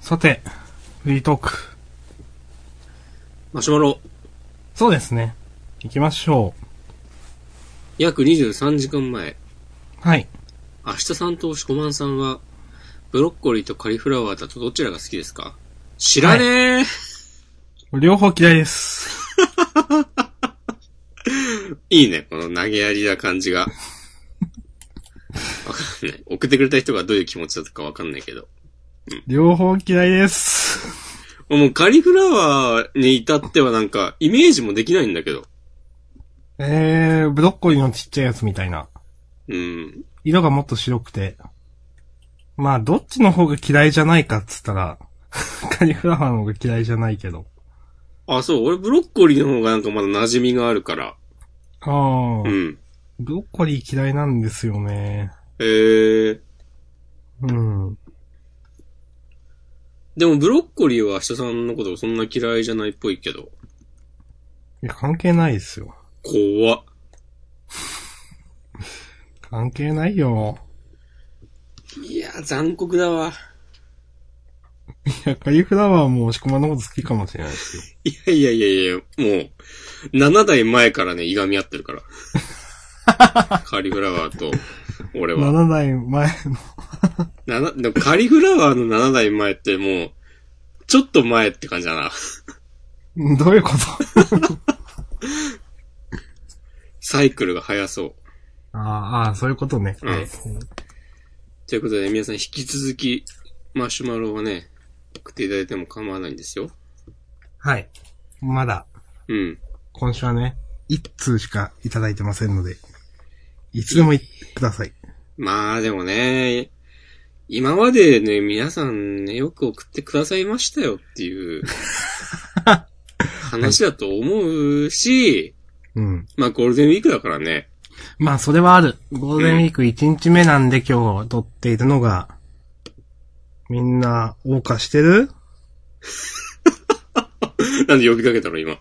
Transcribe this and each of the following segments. さて、フリートーク。マシュマロ、そうですね。行きましょ約23時間前、う。はい。明日さんとしこまんさんは、ブロッコリーとカリフラワーだとどちらが好きですか知らねえ、両方嫌いです。いいね、この投げやりな感 じが。わかんない。送ってくれた人がどういう気持ちだったかわかんないけど。両方嫌いです。もうカリフラワーに至ってはなんか、イメージもできないんだけど。えー、ブロッコリーのちっちゃいやつみたいな。うん。色がもっと白くて。まあ、どっちの方が嫌いじゃないかっつったら、 カリフラワーの方が嫌いじゃないけど。あ、そう、俺ブロッコリーの方がなんかまだ馴染みがあるから。ああ、うん。ブロッコリー嫌いなんですよね。えー。うん。でもブロッコリーは明日さんのことそんな嫌いじゃないっぽいけど。いや、関係ないですよ。怖っ。関係ないよ。いや、残酷だわ。いや、カリフラワーも押し込まんのこと好きかもしれないですよ。いやいやいやいや、もう、7代前からね、いがみ合ってるから。 カリフラワーと、俺は。 7代前 の。なな、でもカリフラワーの7代前ってもう、ちょっと前って感じだな。うんどういうことサイクルが早そう。あーあー、そういうことね。うんということで、皆さん引き続き、マシュマロはね、送っていただいても構わないんですよ。はい。まだ、うん。今週はね、1通しかいただいてませんので、いつでもいください。まあでもね、今までね、皆さんね、よく送ってくださいましたよっていう、話だと思うし、うん。まあゴールデンウィークだからね。まあ、それはある。ゴールデンウィーク1日目なんで今日撮っているのが、みんな、謳歌してるなんで呼びかけたの今。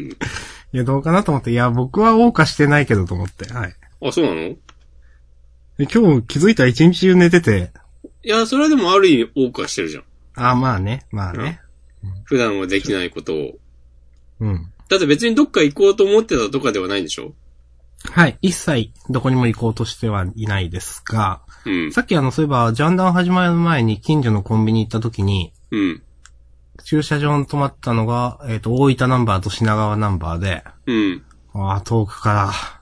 いや、どうかなと思って、いや、僕は謳歌してないけどと思って、はい。あ、そうなのいで今日気づいたら一日中寝てて、や、それはでもある意味多くはしてるじゃん。ああ、まあね、まあね。普段はできないことを。うん。だって別にどっか行こうと思ってたとかではないんでしょはい。一切、どこにも行こうとしてはいないですが、うん。さっきあの、そういえば、ジャンダン始まる前に近所のコンビニ行った時に、うん。駐車場に止まったのが、えっ、と、大分ナンバーと品川ナンバーで、うん。ああ、遠くか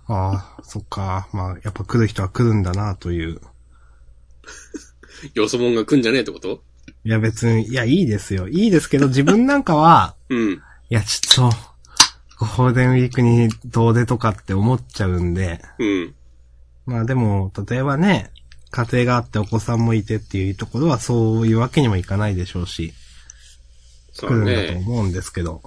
ら、ああ、そっか、まあ、やっぱ来る人は来るんだな、という。よそもんが来んじゃねえってこといや、別に、いや、いいですよ。いいですけど、自分なんかは、 うん。いや、ちょっと、ゴールデンウィークに遠出とかって思っちゃうんで、うん。まあでも、例えばね、家庭があってお子さんもいてっていうところはそういうわけにもいかないでしょうし、そ来うるんだとね。思うんですけど。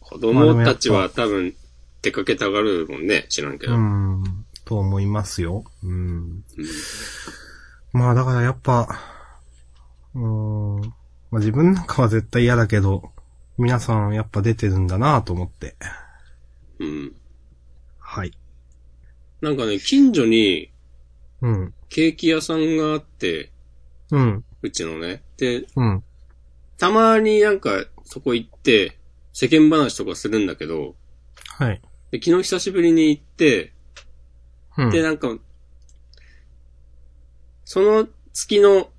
子供たちは多分出かけたがるもんね。知らんけど。ううん。ん、と思いますよ。うん。まあだからやっぱ、うーん、まあ自分なんかは絶対嫌だけど、皆さんやっぱ出てるんだなと思って。うん。はい。なんかね、近所にうん、ケーキ屋さんがあって、うん、うちのね。で、うん、たまになんかそこ行って、世間話とかするんだけど、はい。で昨日久しぶりに行って、うん、で、なんか、その月の、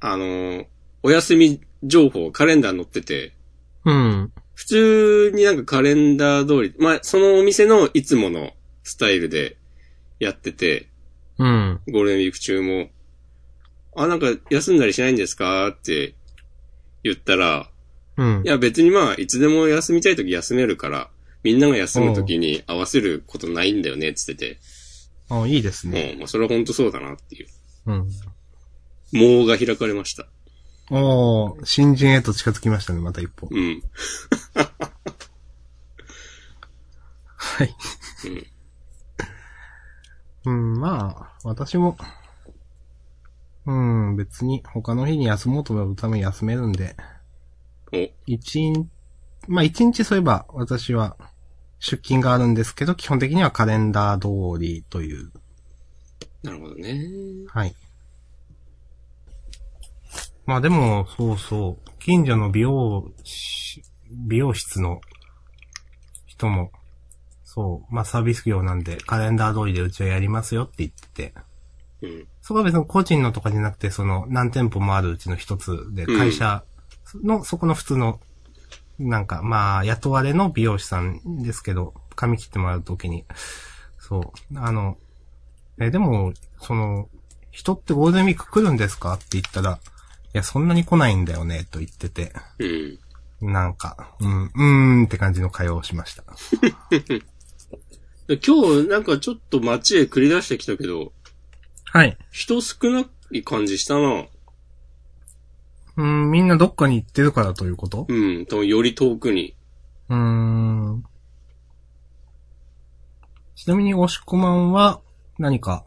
あのーお休み情報、カレンダーに載ってて、うん、普通になんかカレンダー通り、まあ、そのお店のいつものスタイルでやってて、うん、ゴールデンウィーク中も、あ、なんか休んだりしないんですかって言ったら、うんい。や別にまあ、いつでも休みたい時休めるから、みんなが休む時に合わせることないんだよね、つってて。あ、いいですね。もう、まあ、それは本当そうだなっていう。うん。網が開かれました。おー、新人へと近づきましたね、また一歩。うん。はい。うん、まあ、私も、うん、別に他の日に休もうと思うため休めるんで、お、一日、まあ一日そういえば私は出勤があるんですけど、基本的にはカレンダー通りという、なるほどね。はい。まあでも、そうそう。近所の美容師、美容室の人も、そう、まあサービス業なんで、カレンダー通りでうちはやりますよって言ってて。うん。そこは別に個人のとかじゃなくて、その何店舗もあるうちの一つで、会社の、そこの普通の、なんか、まあ、雇われの美容師さんですけど、髪切ってもらうときに。そう。あの、え、でも、その、人ってゴールデンウィーク来るんですかって言ったら、いや、そんなに来ないんだよね、と言ってて、うん。なんか、うん、うーんって感じの会話をしました。で今日なんかちょっと街へ繰り出してきたけど、はい。人少ない感じしたな。うん、みんなどっかに行ってるからということうん。多分より遠くに。うーん。ちなみに、押し込まんは、何か、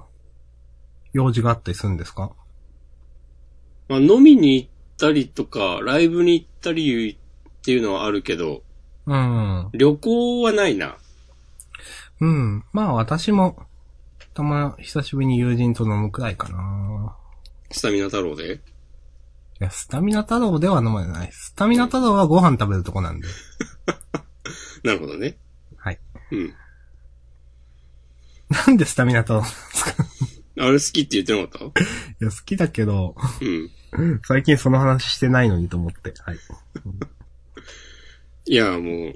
用事があったりするんですかまあ飲みに行ったりとか、ライブに行ったりっていうのはあるけど、うん。旅行はないな。うん。まあ、私も、たま、久しぶりに友人と飲むくらいかな。スタミナ太郎で。いや、スタミナ太郎では飲まない。スタミナ太郎はご飯食べるとこなんで。なるほどね。はい。うん。なんでスタミナ太郎なんですかあれ好きって言ってなかっいや、好きだけど、たうん。最近その話してないのにと思って。はい。いや、もう、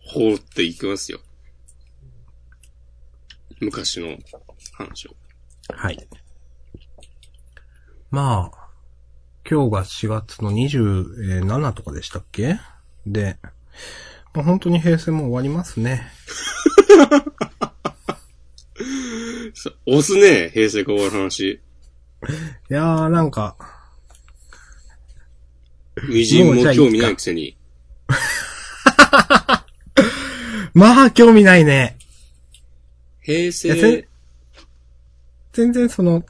放っていきますよ。昔の話を。はい。まあ、今日が4月の27とかでしたっけで、まあ、本当に平成も終わりますね。さ押すね、平成変わる話。いやーなんか、みじんも興味ないくせに。まあ興味ないね。平いやせ成、全然その、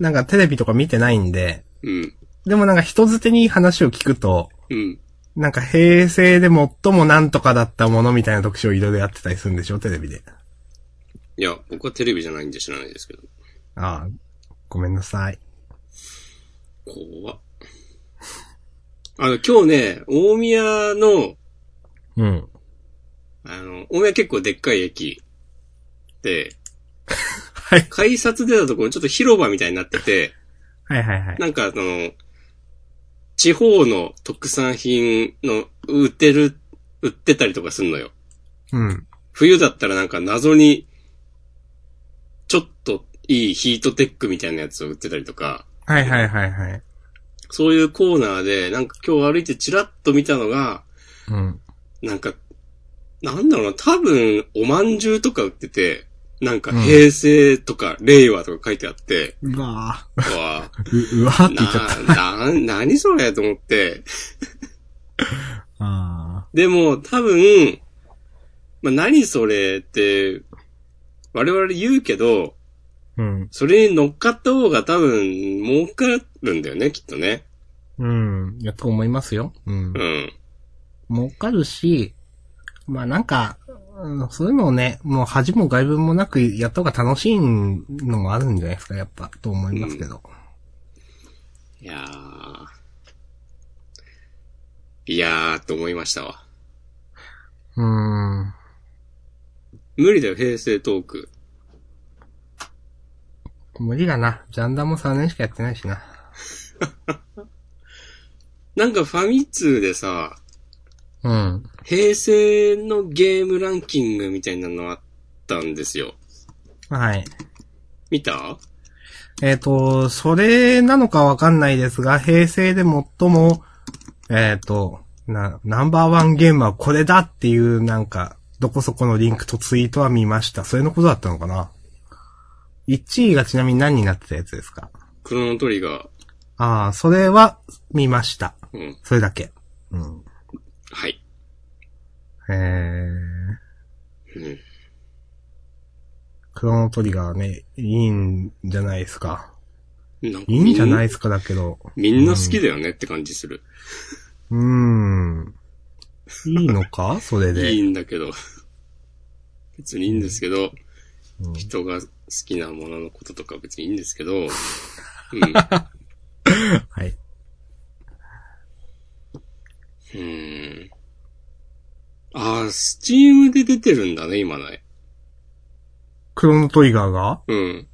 なんかテレビとか見てないんで、うん、でもなんか人づてに話を聞くと、うん。なんか平成で最もなんとかだったものみたいな特集をいろいろやってたりするんでしょテレビで。いや、僕はテレビじゃないんで知らないですけど。ああ、ごめんなさい。怖っあの、今日ね、大宮の、うん。あの、大宮結構でっかい駅で、はい。改札出たところちょっと広場みたいになってて、はいはいはい。なんかその、地方の特産品の売ってる、売ってたりとかすんのよ。うん。冬だったらなんか謎に、ちょっといいヒートテックみたいなやつを売ってたりとか、はいはいはいはい。そういうコーナーで、なんか今日歩いてチラッと見たのが、うん。なんか、なんだろうな、多分、おまんじゅうとか売ってて、なんか平成とか令和とか書いてあって、 うわぁ。うわう、う わーって言っちゃった。な、な、何それと思って、あでも、多分、まあ、何それって、我々言うけど、ーうん。それに乗っかった方が多分、儲かるんだよね、きっとね。うん。やっと思いますよ。うんう。ん。儲かるし、まあなんか、うんそういうのをね、もう恥も外分もなくやった方が楽しいのもあるんじゃないですか、やっぱ、と思いますけど。いやー。いやー、と思いましたわ。うーん。無理だよ、平成トーク。無理だな。ジャンダンも3年しかやってないしな。なんかファミ通でさ、うん。平成のゲームランキングみたいなのあったんですよ。はい。見たえっ、と、それなのかわかんないですが、平成で最も、えっ、と、な、ナンバーワンゲームはこれだっていう、なんか、どこそこのリンクとツイートは見ました。それのことだったのかな ?1 位がちなみに何になってたやつですかクロノトリガー。ああ、それは見ました。うん。それだけ。うん。はい。えー、うん。クロノトリガーはね、いいんじゃないですか。なんかいいんじゃないですかだけど。みんな好きだよねって感じする。うーん。いいのかそれで。いいんだけど。別にいいんですけど、うん人が好きなもののこととか別にいいんですけど、うん。はい。あ、スチームで出てるんだね、今ね。クロノトリガーがうん。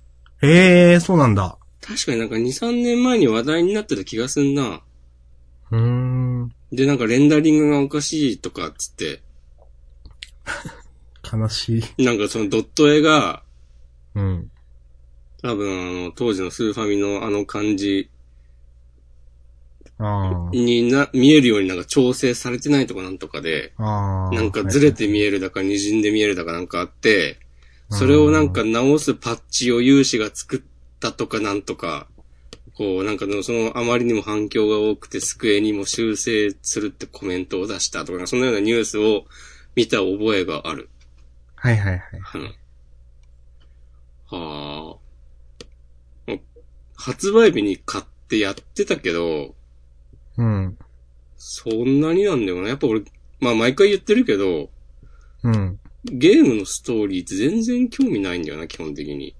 ええー、そうなんだ。確かになんか2、3年前に話題になってた気がすんな。うーん。で、なんかレンダリングがおかしいとかっつって、悲しい。なんかそのドット絵が、うん。多分あの、当時のスーファミのあの感じあにな、見えるようになんか調整されてないとかなんとかで、あ。ああ。なんかずれて、て見えるだか滲んで見えるだかなんかあって、それをなんか直すパッチを有志が作ったとかなんとか、こうなんかのそのあまりにも反響が多くて机にも修正するってコメントを出したとか、なんかそのようなニュースを見た覚えがある。はいはいはい。うんはあ。もう発売日に買ってやってたけど、うん。そんなになんだよな。やっぱ俺、まあ毎回言ってるけど、うん。ゲームのストーリーって全然興味ないんだよな、基本的に。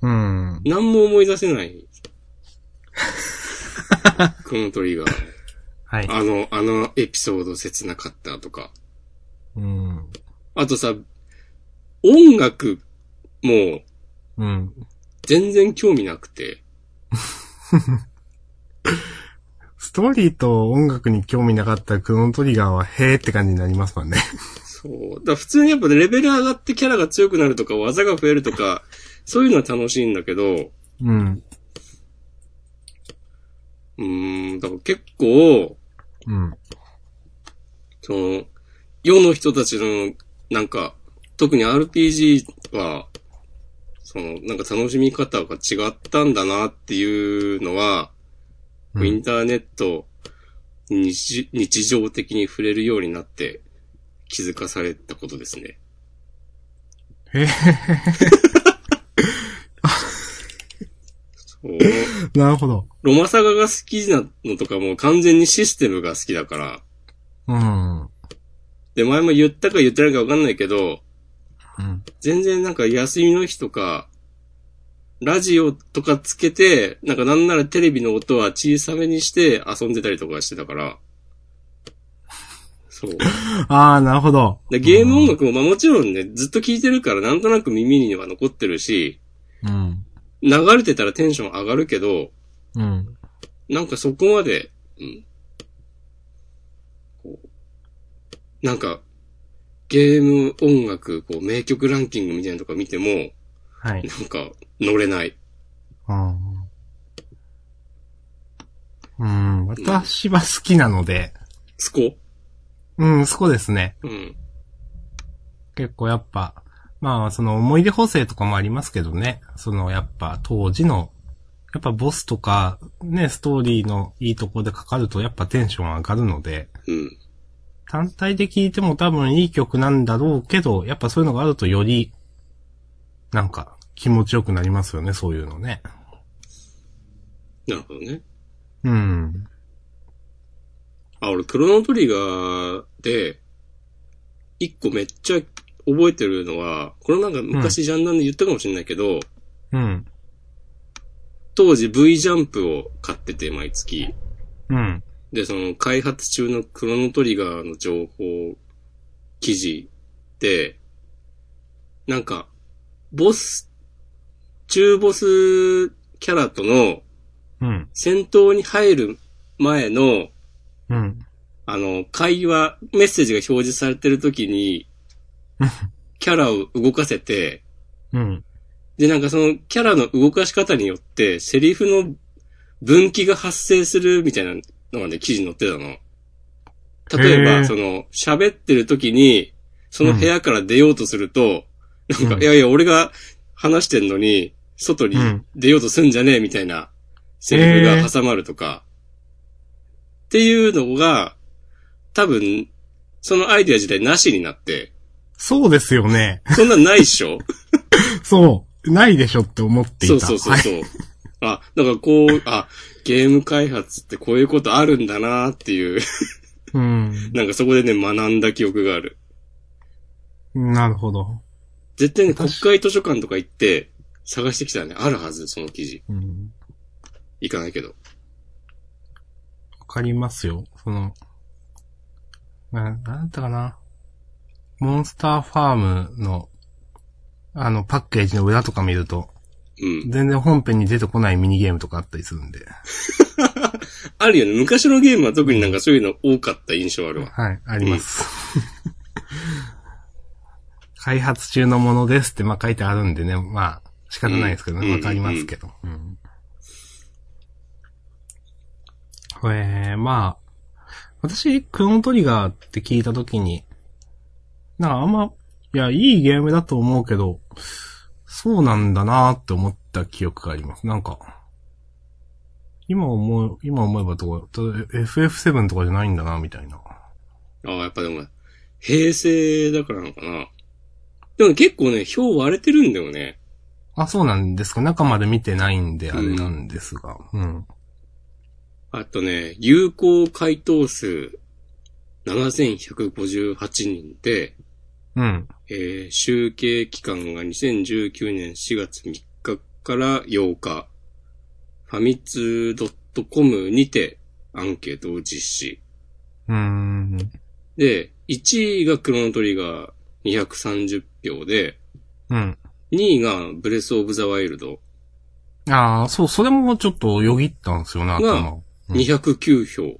うん。何も思い出せない。この鳥が。はい。あの、あのエピソード切なかったとか。うん。あとさ、音楽もうん。全然興味なくて。ストーリーと音楽に興味なかったらクロノトリガーはへーって感じになりますもんね。そう。だから普通にやっぱねレベル上がってキャラが強くなるとか、技が増えるとか、そういうのは楽しいんだけど、ううん。ーん、だから結構、うん。その、世の人たちの、なんか、特に RPG は、その、なんか楽しみ方が違ったんだなっていうのは、うんインターネットに日、日常的に触れるようになって気づかされたことですね。へーそう。なるほど。ロマサガが好きなのとかもう完全にシステムが好きだから。うん。うん。で、前も言ったか言ってないかわかんないけど、全然なんか休みの日とか、ラジオとかつけて、なんかなんならテレビの音は小さめにして遊んでたりとかしてたから。そう。ああ、なるほど。 でゲーム音楽も、まあもちろんね、ずっと聴いてるからなんとなく耳には残ってるし、うん。流れてたらテンション上がるけど、うん。なんかそこまで、うん。こう、なんか、ゲーム音楽、こう、名曲ランキングみたいなのとか見ても、はい。なんか、乗れない。あーうん。私は好きなので、スコうん、そうですね。うん。結構やっぱ、まあ、その思い出補正とかもありますけどね。そのやっぱ当時の、やっぱボスとか、ね、ストーリーのいいとこでかかるとやっぱテンション上がるので、うん。単体で聴いても多分いい曲なんだろうけど、やっぱそういうのがあるとより、なんか気持ちよくなりますよね、そういうのね。なるほどね。うん。あ、俺、クロノトリガーで、一個めっちゃ覚えてるのは、これなんか昔ジャンダンで言ったかもしれないけど、うん。当時 V ジャンプを買ってて、毎月。うん。で、その開発中のクロノトリガーの情報、記事で、なんか、ボス、中ボスキャラとのうん。戦闘に入る前の、うん。あの、会話、メッセージが表示されてる時に、キャラを動かせて、うん。で、なんかそのキャラの動かし方によって、セリフの分岐が発生するみたいなのがね、記事に載ってたの。例えへば、ーその、喋ってる時に、その部屋から出ようとすると、んなんうか、んいやいや、俺が話してんのに、外にうん出ようとすんじゃねえみたいな、セリフが挟まるとか、っていうのが、多分、そのアイデア自体なしになって、そうですよね。そんなんないっしょそう。ないでしょって思っていそうた。そうそうはい。そう。あ、だからこう、あ、ゲーム開発ってこういうことあるんだなっていう、うん。なんかそこでね、学んだ記憶がある。なるほど。絶対ね、国確会図書館とか行って、探してきたらね、あるはず、その記事。うん。行かないけど。わかりますよ。その、な、なんだったかな。モンスターファームの、あの、パッケージの裏とか見ると、うん。全然本編に出てこないミニゲームとかあったりするんで。あるよね。昔のゲームは特になんかそういうの多かった印象あるわ。はい、あります。 開発中のものですって、まあ書いてあるんでね、まあ仕方ないですけどうんね、わかりますけど。うんこれ、まあ、私、クロントリガーって聞いたときに、なんかあんま、いや、いいゲームだと思うけど、そうなんだなーって思った記憶があります。なんか、今思う、今思えばとか、と FF7 とかじゃないんだな、みたいな。ああ、やっぱでも、平成だからなのかな。でも結構ね、票割れてるんだよね。あ、そうなんですか。中まで見てないんで、あれなんですが。うん。あとね、有効回答数7158人で、うん。えー集計期間が2019年4月3日から8日、ファミツー .com にてアンケートを実施。うーん。で、1位がクロノトリガー230票で、うん。 2位がブレスオブザワイルドああ、そう、それもちょっとよぎったんですよね、頭。うん209票。う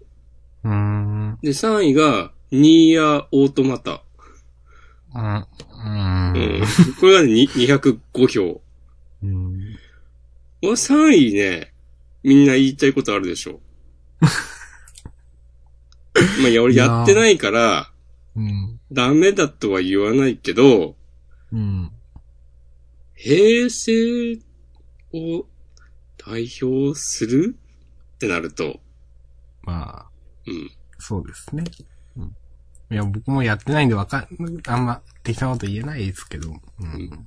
ーん。うん。で、3位がニーヤオートマタ。ううんん。 これがに205票。うん。この3位ね、みんな言いたいことある でしょ。まあ、いや、俺いやーやってないから、うん。ダメだとは言わないけど、うん。平成を代表するってなると、まあ、うん。そうですね。うんいや、僕もやってないんでわかん、あんま適当なこと言えないですけど。ううんん。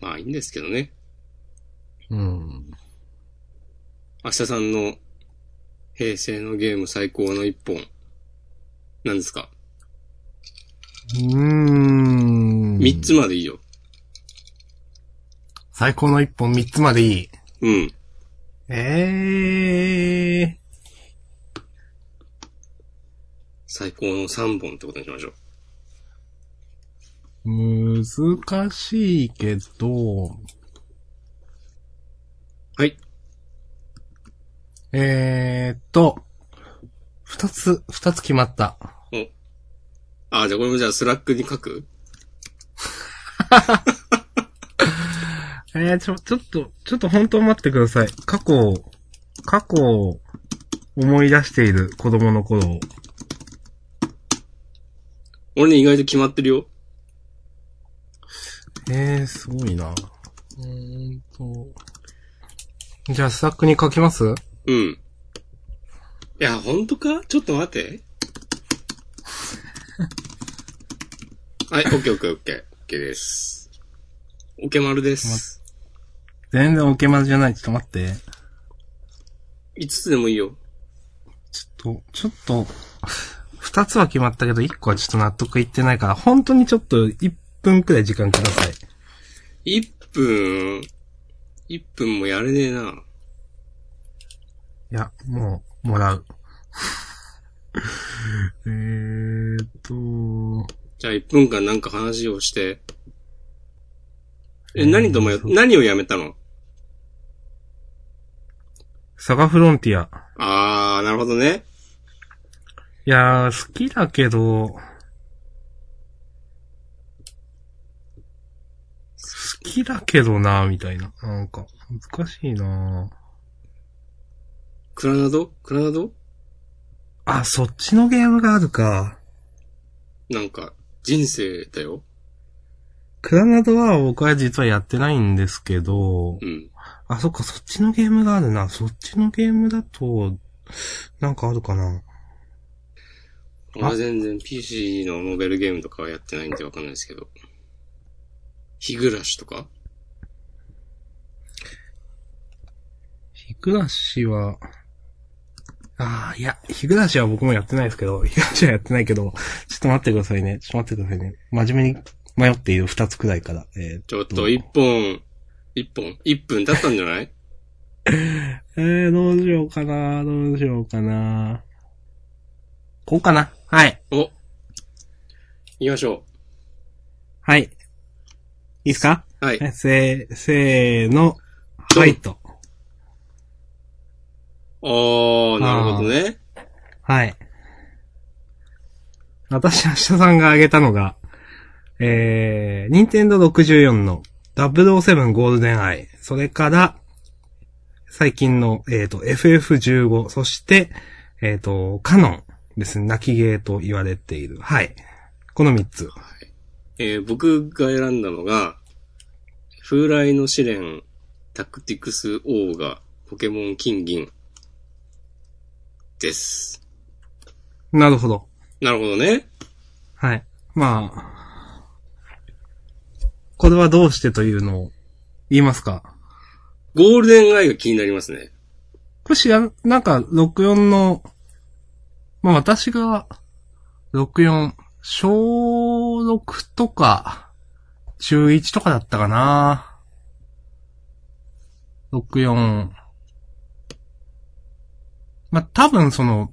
まあ、いいんですけどね。うん。明日さんの平成のゲーム最高の一本、なんですかうーん。三つ。までいいよ。最高の一本三つまでいい。うん。ええー。最高の三本ってことにしましょう。難しいけど、はい。えーっと、二つ、二つ決まった。あ、じゃあこれもじゃあスラックに書くえー、ちょ、ちょっと、ちょっと本当待ってください。過去を、過去を思い出している子供の頃を。俺ね、意外と決まってるよ。えー、すごいな。うーんと。じゃあ、スタックに書きますうん。いや、ほんとかちょっと待って。はい、オッケーオッケーオッケー。オッケーです。オケマルです。全然オケマじゃない。ちょっと待って。 5つでもいいよ。ちょっと、ちょっと、二つは決まったけど、一個はちょっと納得いってないから、本当にちょっと一分くらい時間ください。 1分、1分もやれねえな。いや、もう、もらう。 えーっと、じゃあ1分間なんか話をして。え、うん何ともや、何をやめたのサガフロンティア。あー、なるほどね。いやー、好きだけど、好きだけどなーみたいな。なんか、難しいなークラナドクラナドあ、そっちのゲームがあるか。なんか、人生だよ。クラナドは僕は実はやってないんですけど、うん。あ、そっか、そっちのゲームがあるな。そっちのゲームだと、なんかあるかな。俺は全然 PC のノベルゲームとかはやってないんでわかんないですけど。日暮らしとか日暮らしは、ああ、いや、日暮らしは僕もやってないですけど、日暮らしはやってないけど、ちょっと待ってくださいね。ちょっと待ってくださいね。真面目に迷っている二つくらいから。えちょっと一本、一本、一分経ったんじゃないー、えーどうしようかな、どうしようかな。こうかな。はい。お行きましょはい。いいっすかう。 はい。えせー、せーの、ドンはいと。おー、なるほどね。はい。私、明日さんが挙げたのが、えー、任天堂64の007ゴールデンアイ、それから、最近の、えっ、と、FF15、そして、えっ、と、カノンですね。泣きゲーと言われている。はい。この3つ。えー僕が選んだのが、風来の試練、タクティクスオーガ、ポケモン金銀、です。なるほど。なるほどね。はい。まあ、これはどうしてというのを言いますかゴールデンアイが気になりますね。これ知らん、なんか、64の、まあ私が、64、小6とか、中1とかだったかな。64。まあ多分その、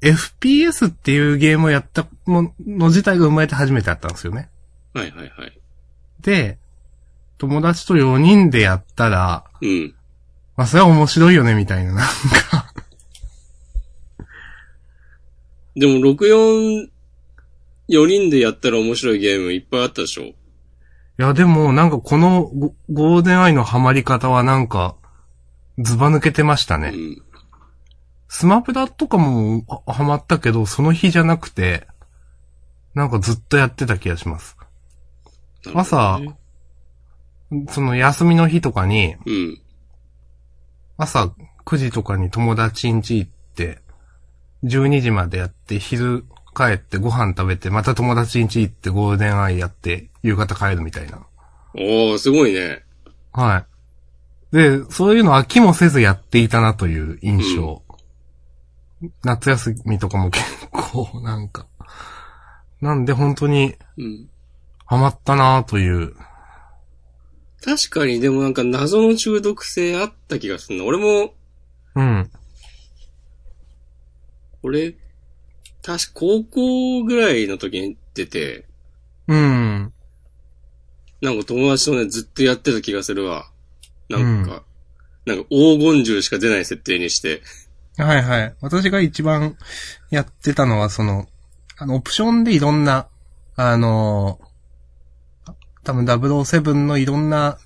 FPS っていうゲームをやったもの自体が生まれて初めてだったんですよね。はいはいはい。で、友達と4人でやったら、うん。まあ、それは面白いよね、みたいな、なんか。でも64、4人でやったら面白いゲームいっぱいあったでしょいや、でも、なんかこのゴゴールデンアイのハマり方はなんか、ズバ抜けてましたうね。ん。スマブラとかもあハマったけど、その日じゃなくて、なんかずっとやってた気がします。朝なるほどねその休みの日とかに、うん。朝9時とかに友達ん家行って、12時までやって、昼帰ってご飯食べて、また友達ん家行ってゴールデンアイやって、夕方帰るみたいな。おー、すごいね。はい。で、そういうの飽きもせずやっていたなという印象。夏休みとかも結構、なんか。なんで本当にうん。ハマったなという。確かにでもなんか謎の中毒性あった気がするな。俺も、うん。俺、確か高校ぐらいの時に出て、うん。なんか友達とね、ずっとやってた気がするわ。なんか、なんか黄金銃しか出ない設定にして。はいはい。私が一番やってたのは、その、あの、オプションでいろんな、あのー、多分007のいろんな、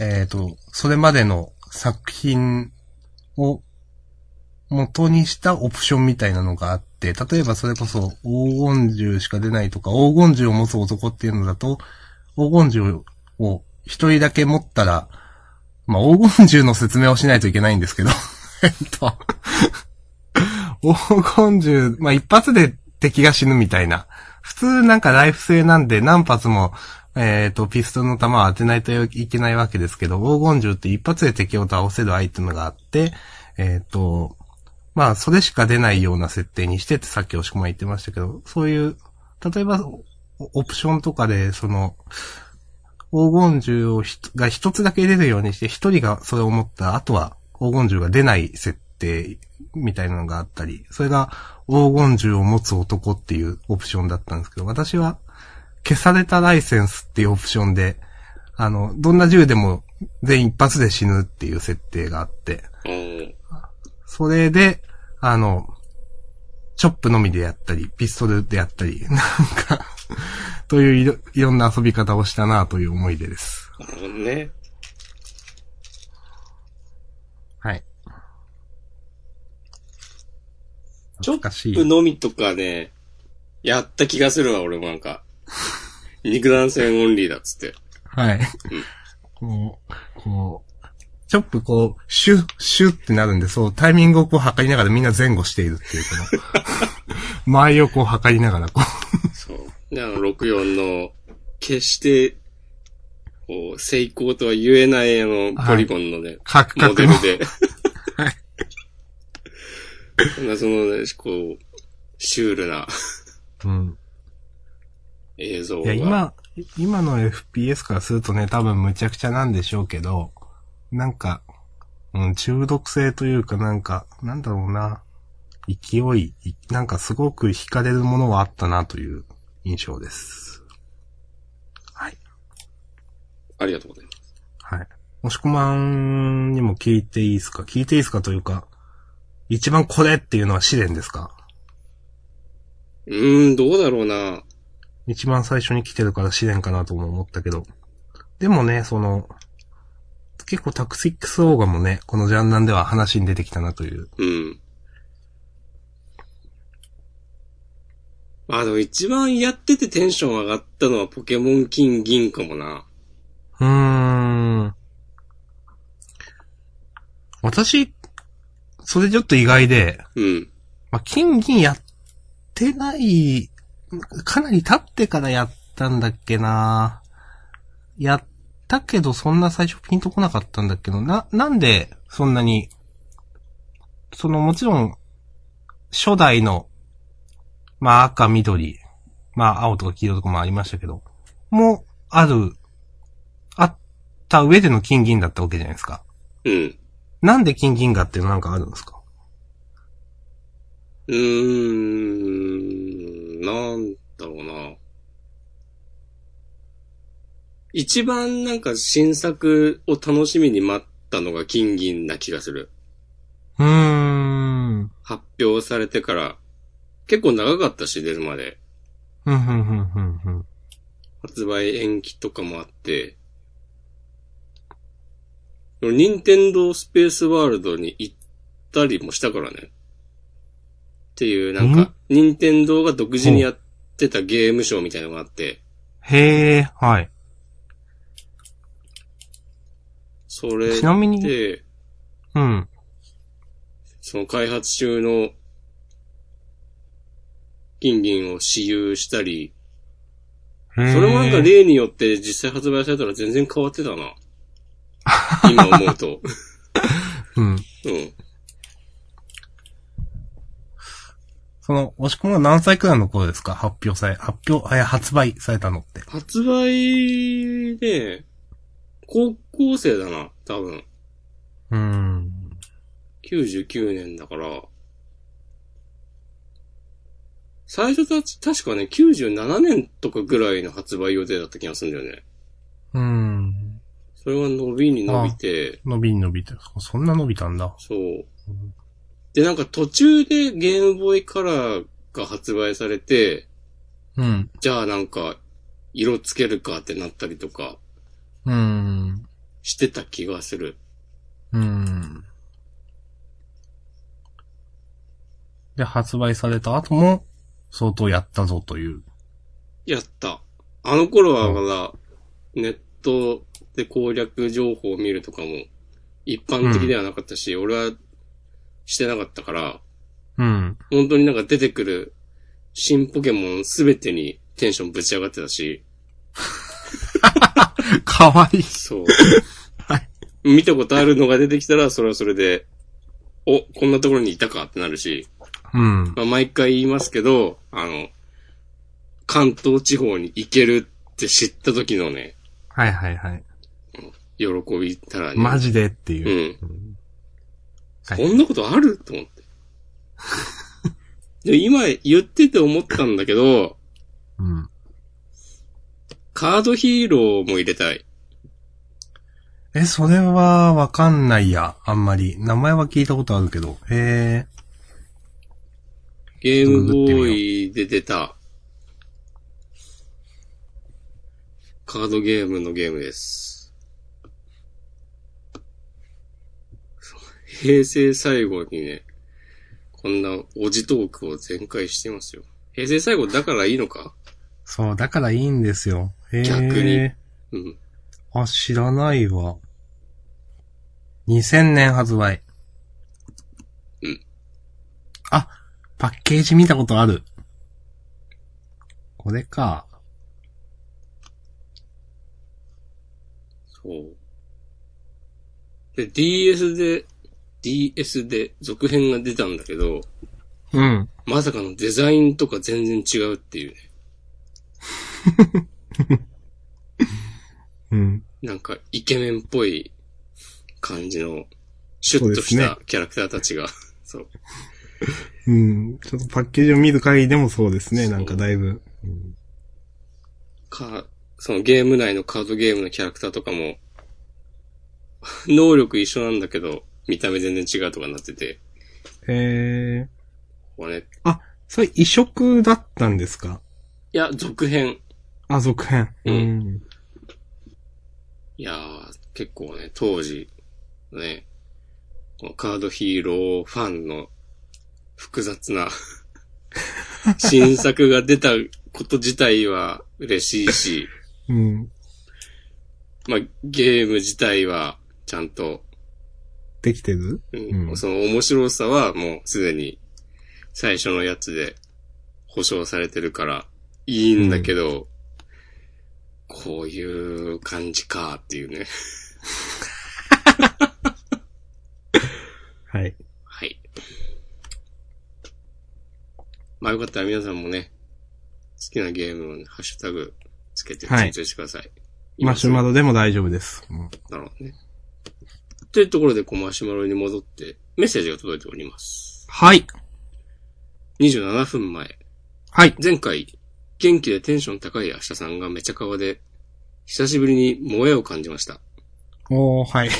えっ、と、それまでの作品を元にしたオプションみたいなのがあって、例えばそれこそ黄金銃しか出ないとか、黄金銃を持つ男っていうのだと、黄金銃を一人だけ持ったら、まあ、黄金銃の説明をしないといけないんですけど、えっと、黄金銃、まあ、一発で敵が死ぬみたいな。普通なんかライフ制なんで何発も、えっ、と、ピストルの弾を当てないといけないわけですけど、黄金銃って一発で敵を倒せるアイテムがあって、えっ、と、まあ、それしか出ないような設定にしてってさっき押し込ま言ってましたけど、そういう、例えば、おオプションとかで、その、黄金銃をひとが一つだけ出るようにして、一人がそれを持ったら、あとは黄金銃が出ない設定みたいなのがあったり、それが黄金銃を持つ男っていうオプションだったんですけど、私は消されたライセンスっていうオプションで、あの、どんな銃でも全員一発で死ぬっていう設定があって、おーそれで、あの、チョップのみでやったり、ピストルでやったり、なんか、といういろいろんな遊び方をしたなという思い出です。なるほどね。はい。ちょっ懐かしとい。のみとかね、やった気がするわ、俺もなんか。肉弾戦オンリーだっつって。はい。こう、こう、チョップこう、シュッ、シュッってなるんで、そう、タイミングをこう測りながらみんな前後しているっていう、こ の、前をこう測りながら、こそう。で、あの、64の、決して、こう、成功とは言えない、あの、ポリゴンのね、う、カクカモデクのル、で。 はい。そのね、こう、シュールなうん。映像いが。や、今、今の FPS からするとね、多分むちゃくちゃなんでしょうけど、なんか、うん、中毒性というかなんか、なんだろうな。勢い、いなんかすごく惹かれるものはあったなという印象です。はい。ありがとうございます。はい。もしこまんにも聞いていいですか聞いていいですかというか、一番これっていうのは試練ですかうーん、どうだろうな。一番最初に来てるから試練かなとも思ったけど。でもね、その、結構タクシックスオーガもね、このジャンナンでは話に出てきたなという。うん。まあでも一番やっててテンション上がったのはポケモン金銀かもな。うーん。私、それちょっと意外で、うん。まあ、金銀やってない、かなり経ってからやったんだっけなやったけどそんな最初ピンとこなかったんだけど、な、なんでそんなに、そのもちろん、初代の、まあ赤、緑、まあ青とか黄色とかもありましたけど、もある、あった上での金銀だったわけじゃないですか。うん。なんで金銀がっていうのなんかあるんですかうーん、なんだろうな。一番なんか新作を楽しみに待ったのが金銀な気がする。うーん。発表されてから、結構長かったし、出るまで。ふんふんふんふんふん。発売延期とかもあって、ニンテンドースペースワールドに行ったりもしたからね。っていう、なんか、ニンテンドーが独自にやってたゲームショーみたいなのがあって、へえ、はい。それちなみに、で、うん。その開発中の金銀を私有したり、そそれもなんか例によって実際発売されたら全然変わって たな。今思うと。うん。うん。その、押し込みは何歳くらいの頃ですか発表され、発表、あ、いや、発売されたのって。発売で、高校生だな、多分。うーん。 99年だから。最初たち、確かね、97年とかぐらいの発売予定だった気がするんだよね。うーん。それは伸びに伸びて、伸びに伸びて、そんな伸びたんだ。そううん。で、なんか途中でゲームボーイカラーが発売されて、うん。じゃあなんか、色つけるかってなったりとかうーん。してた気がする。うーん。で、発売された後も、相当やったぞという。やった。あの頃はまだ、ネットで攻略情報を見るとかも、一般的ではなかったし、俺はしてなかったから、うん。本当になんか出てくる新ポケモンすべてにテンションぶち上がってたし、 かわいい。 そう。はい見たことあるのが出てきたら、それはそれで、お、こんなところにいたかってなるし、うん。まあ、毎回言いますけど、あの、関東地方に行けるって知った時のね、はいはいはい。喜びたらね。マジでっていうう。ん。うんはこいんなことあると思って。 で今言ってて思ったんだけど、うん。カードヒーローも入れたい。え、それはわかんないや、あんまり。名前は聞いたことあるけど。へえ。ゲームボーイで出た、カードゲームのゲームです。平成最後にね、こんなおじトークを全開してますよ。平成最後だからいいのかそう、だからいいんですよ。へえ。逆に。うん。あ、知らないわ。2000年発売。うん。あ、パッケージ見たことある。これか。そう。で、DS で、DS で続編が出たんだけど、うん。まさかのデザインとか全然違うっていうね。うん。なんか、イケメンっぽい感じの、シュッとそしうですたキャラクターたちが、そう,、うん。ちょっとパッケージを見る限りでもそうですね。なんかだいぶ。うんか、そのゲーム内のカードゲームのキャラクターとかも、能力一緒なんだけど、見た目全然違うとかなってて、えー、これ、いそれ移植だったんですかや、続編。あ、続編。うんん。いやー、結構ね、当時、ね、このカードヒーローファンの複雑 な新作が出たこと自体は嬉しいし、うん。まあ、ゲーム自体はちゃんと、できてるうんうんその面白さはもうすでに最初のやつで保証されてるからいいんだけど、こういう感じかっていうね。はい。はい。まあよかったら皆さんもね、好きなゲームを、ね、ハッシュタグつけてツイはいートしてください。マシュマロ。ロでも大丈夫です。うんなるほどね。というところでこうマシュマロに戻ってメッセージが届いております。はい。 27分前。はい。前回、元気でテンション高い明日さんがめちゃ川で、久しぶりに萌えを感じました。おー、はい。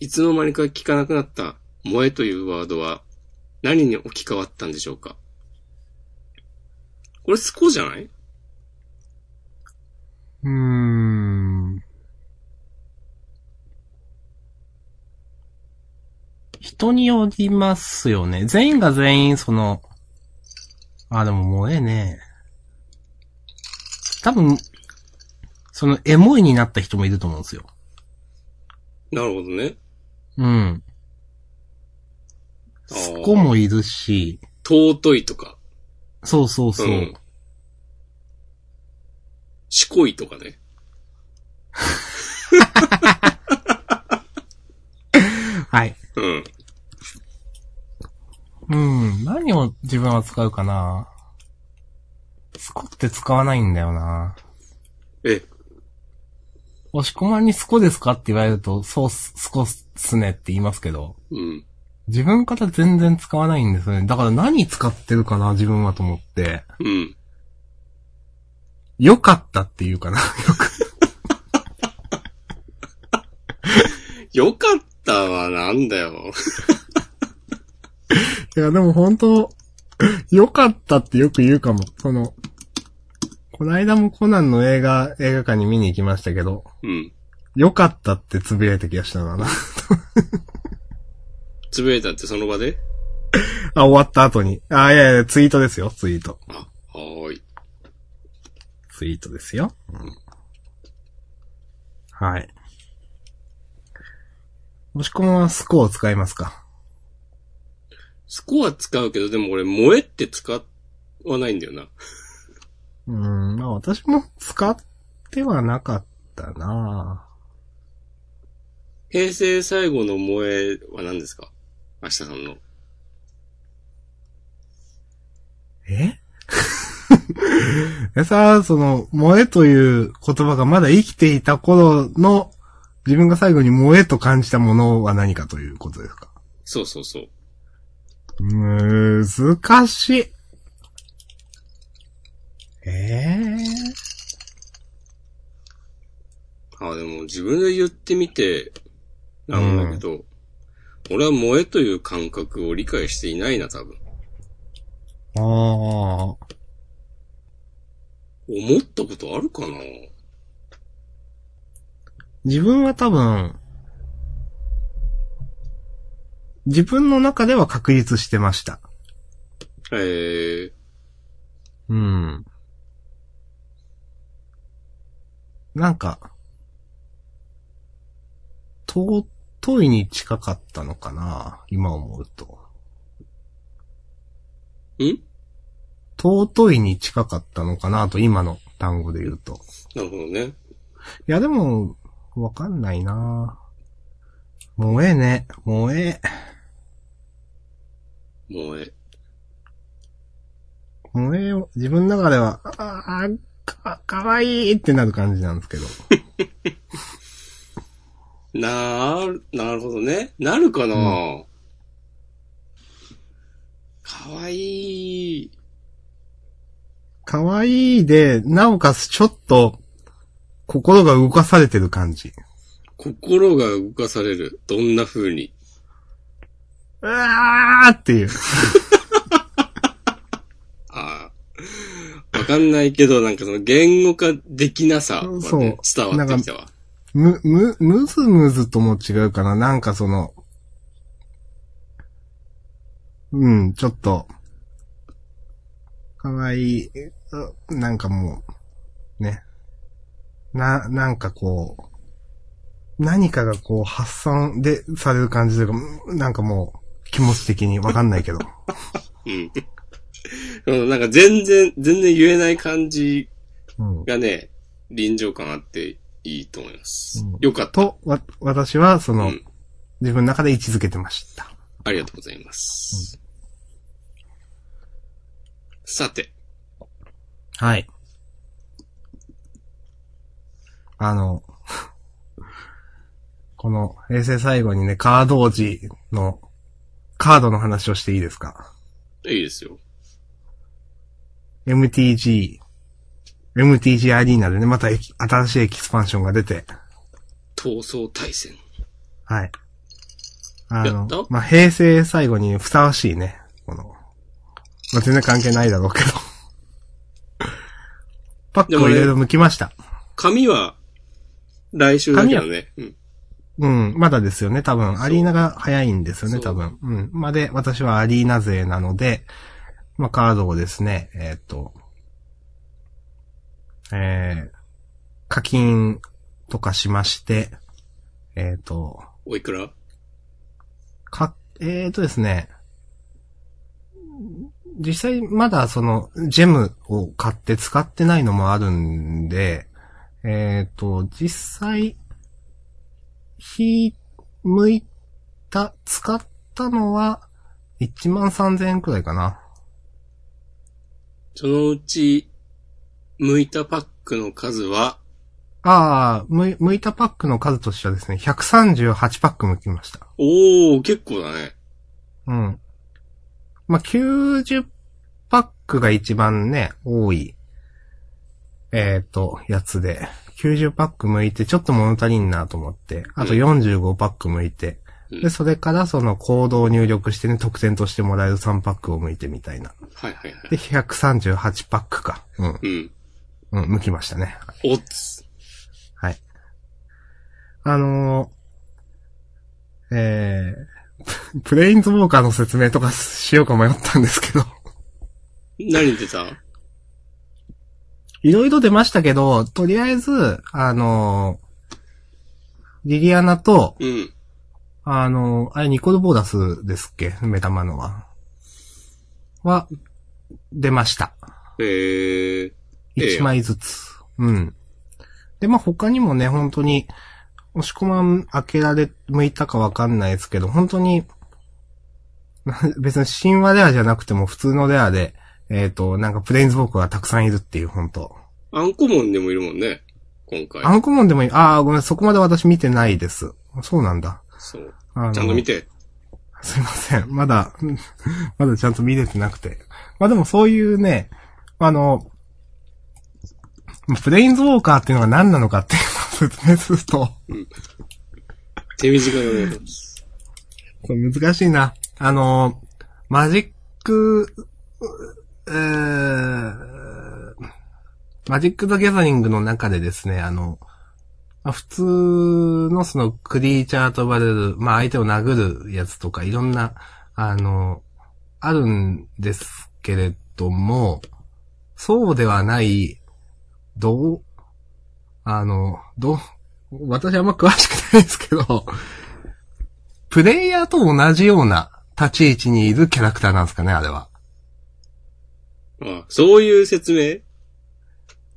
いつの間にか聞かなくなった萌えというワードは何に置き換わったんでしょうかこれスコじゃないうーん。人によりますよね。全員が全員、その、あ、でも萌えね。多分、その、エモいになった人もいると思うんですよ。なるほどね。うん。あそこーもいるし、尊いとか、そうそうそう。うんしこいとかね。はい。うん。うん。何を自分は使うかな。スコって使わないんだよな。え、押し込まんにスコですかって言われると、そうっす、スコっすねって言いますけど、うん。自分から全然使わないんですよね。だから何使ってるかな、自分はと思って。うん。良かったっていうかな。よかったはなんだよ。いや、でも本当 良かったってよく言うかも。その、こないだもコナンの映画、映画館に見に行きましたけど、うん。良かったって呟いた気がしたな。 つぶやいたってその場であ、終わった後に。あ、いやいや、ツイートですよ、ツイート。あ、はーい。ツイートですよ。はい。もしこはスコアを使いますかスコは使うけど、でも俺、萌えって使わないんだよな。うーん、まあ私も使ってはなかったな平成最後の萌えは何ですか明日さんの。え えさ、その、萌えという言葉がまだ生きていた頃の、自分が最後に萌えと感じたものは何かということですかそうそうそう。むー難しい。ええあ、でも自分で言ってみて、なんだけど、俺は萌えという感覚を理解していないな、多分。ああ。思ったことあるかな自分は多分、自分の中では確立してました。ええうん。なんか、尊いに近かったのかな今思うと。ん尊いに近かったのかなと今の単語で言うと。なるほどね。いやでも、わかんないな萌えね。萌え。萌え。萌えを、自分の中では、ああ、か、かわいいってなる感じなんですけど。なーる、なるほどね。なるかな、かわいい。可愛いで、なおかつちょっと、心が動かされてる感じ。心が動かされる。どんな風に。うわーっていう。ああ。わかんないけど、なんかその言語化できなさは、ね、そう伝わってきたわ。む、む、むずむずとも違うかな。なんかその、うん、ちょっと、かわいい、うなんかもう、ね。な、なんかこう、何かがこう発散でされる感じというか、うんなんかもう、気持ち的にわかんないけど。うん。そのなんか全然、全然言えない感じうん。がね、臨場感あっていいと思います。うんよかった。と、わ、私はそうの、ん。自分の中で位置づけてました。ありがとうございます。さて、はい。あの、 この、平成最後にね、カード王子の、カードの話をしていいですかいいですよ。 ?MTG、MTG アリーナでね、またエキ新しいエキスパンションが出て、闘争対戦。はい。あやのった、まあ、平成最後にふさわしいね、この、まあ、全然関係ないだろうけど。 パックをいろいろ剥きました。紙は、来週だけどね。うん。うん、まだですよね、多分。アリーナが早いんですよね、そう多分。うん。まあで、私はアリーナ勢なので、まあカードをですね、えーっと、えー、課金とかしまして、えーっと、おいくらか、えーっとですね、実際まだその、ジェムを買って使ってないのもあるんで、えーっと、実際、ひ、向いた、使ったのは、1万3000円くらいかな。そのうち、剥いたパックの数は、ああ、む、向いたパックの数としてはですね、138パック向きました。おー、結構だね。うん。まあ、90パックが一番ね、多い、えっ、と、やつで、90パック向いて、ちょっと物足りんなと思って、あとうん45パック向いて、うんで、それからその行動を入力してね、得点としてもらえる3パックを向いてみたいな。はいはいはい。で、138パックか。うん。うん。うん、向きましたね。おつ。はい。あのー、えー、 プレインズウォーカーの説明とかしようか迷ったんですけど、何出たいろいろ出ましたけど、とりあえず、あのー、リリアナと、うん。あのー、あれニコルボーダスですっけ目玉のは。は、出ました。えー、ええ一枚ずつ。うん。で、まあ、他にもね、本当に、押し込まん開けられ、向いたかわかんないですけど、本当に、 別に神話レアじゃなくても普通のレアで、えっ、と、なんかプレインズボークがたくさんいるっていう、本当アンコモンでもいるもんね。今回。アンコモンでもいい。ああ、ごめん、そこまで私見てないです。そうなんだ。そう。あのちゃんと見て。すいません。まだ、 うんまだちゃんと見れてなくて。まあでもそういうね、あの、プレインズウォーカーっていうのが何なのかっていうのを説明すると、手短にお願いします。これ難しいな。あの、マジック、うえーマジック・ザ・ギャザリングの中でですね、あの、まあ普通のそのクリーチャーと呼ばれる、まあ相手を殴るやつとかいろんな、あの、あるんですけれども、そうではない、どう、あの、どう、私あんま詳しくないですけど、プレイヤーと同じような立ち位置にいるキャラクターなんですかね、あれは。あそういう説明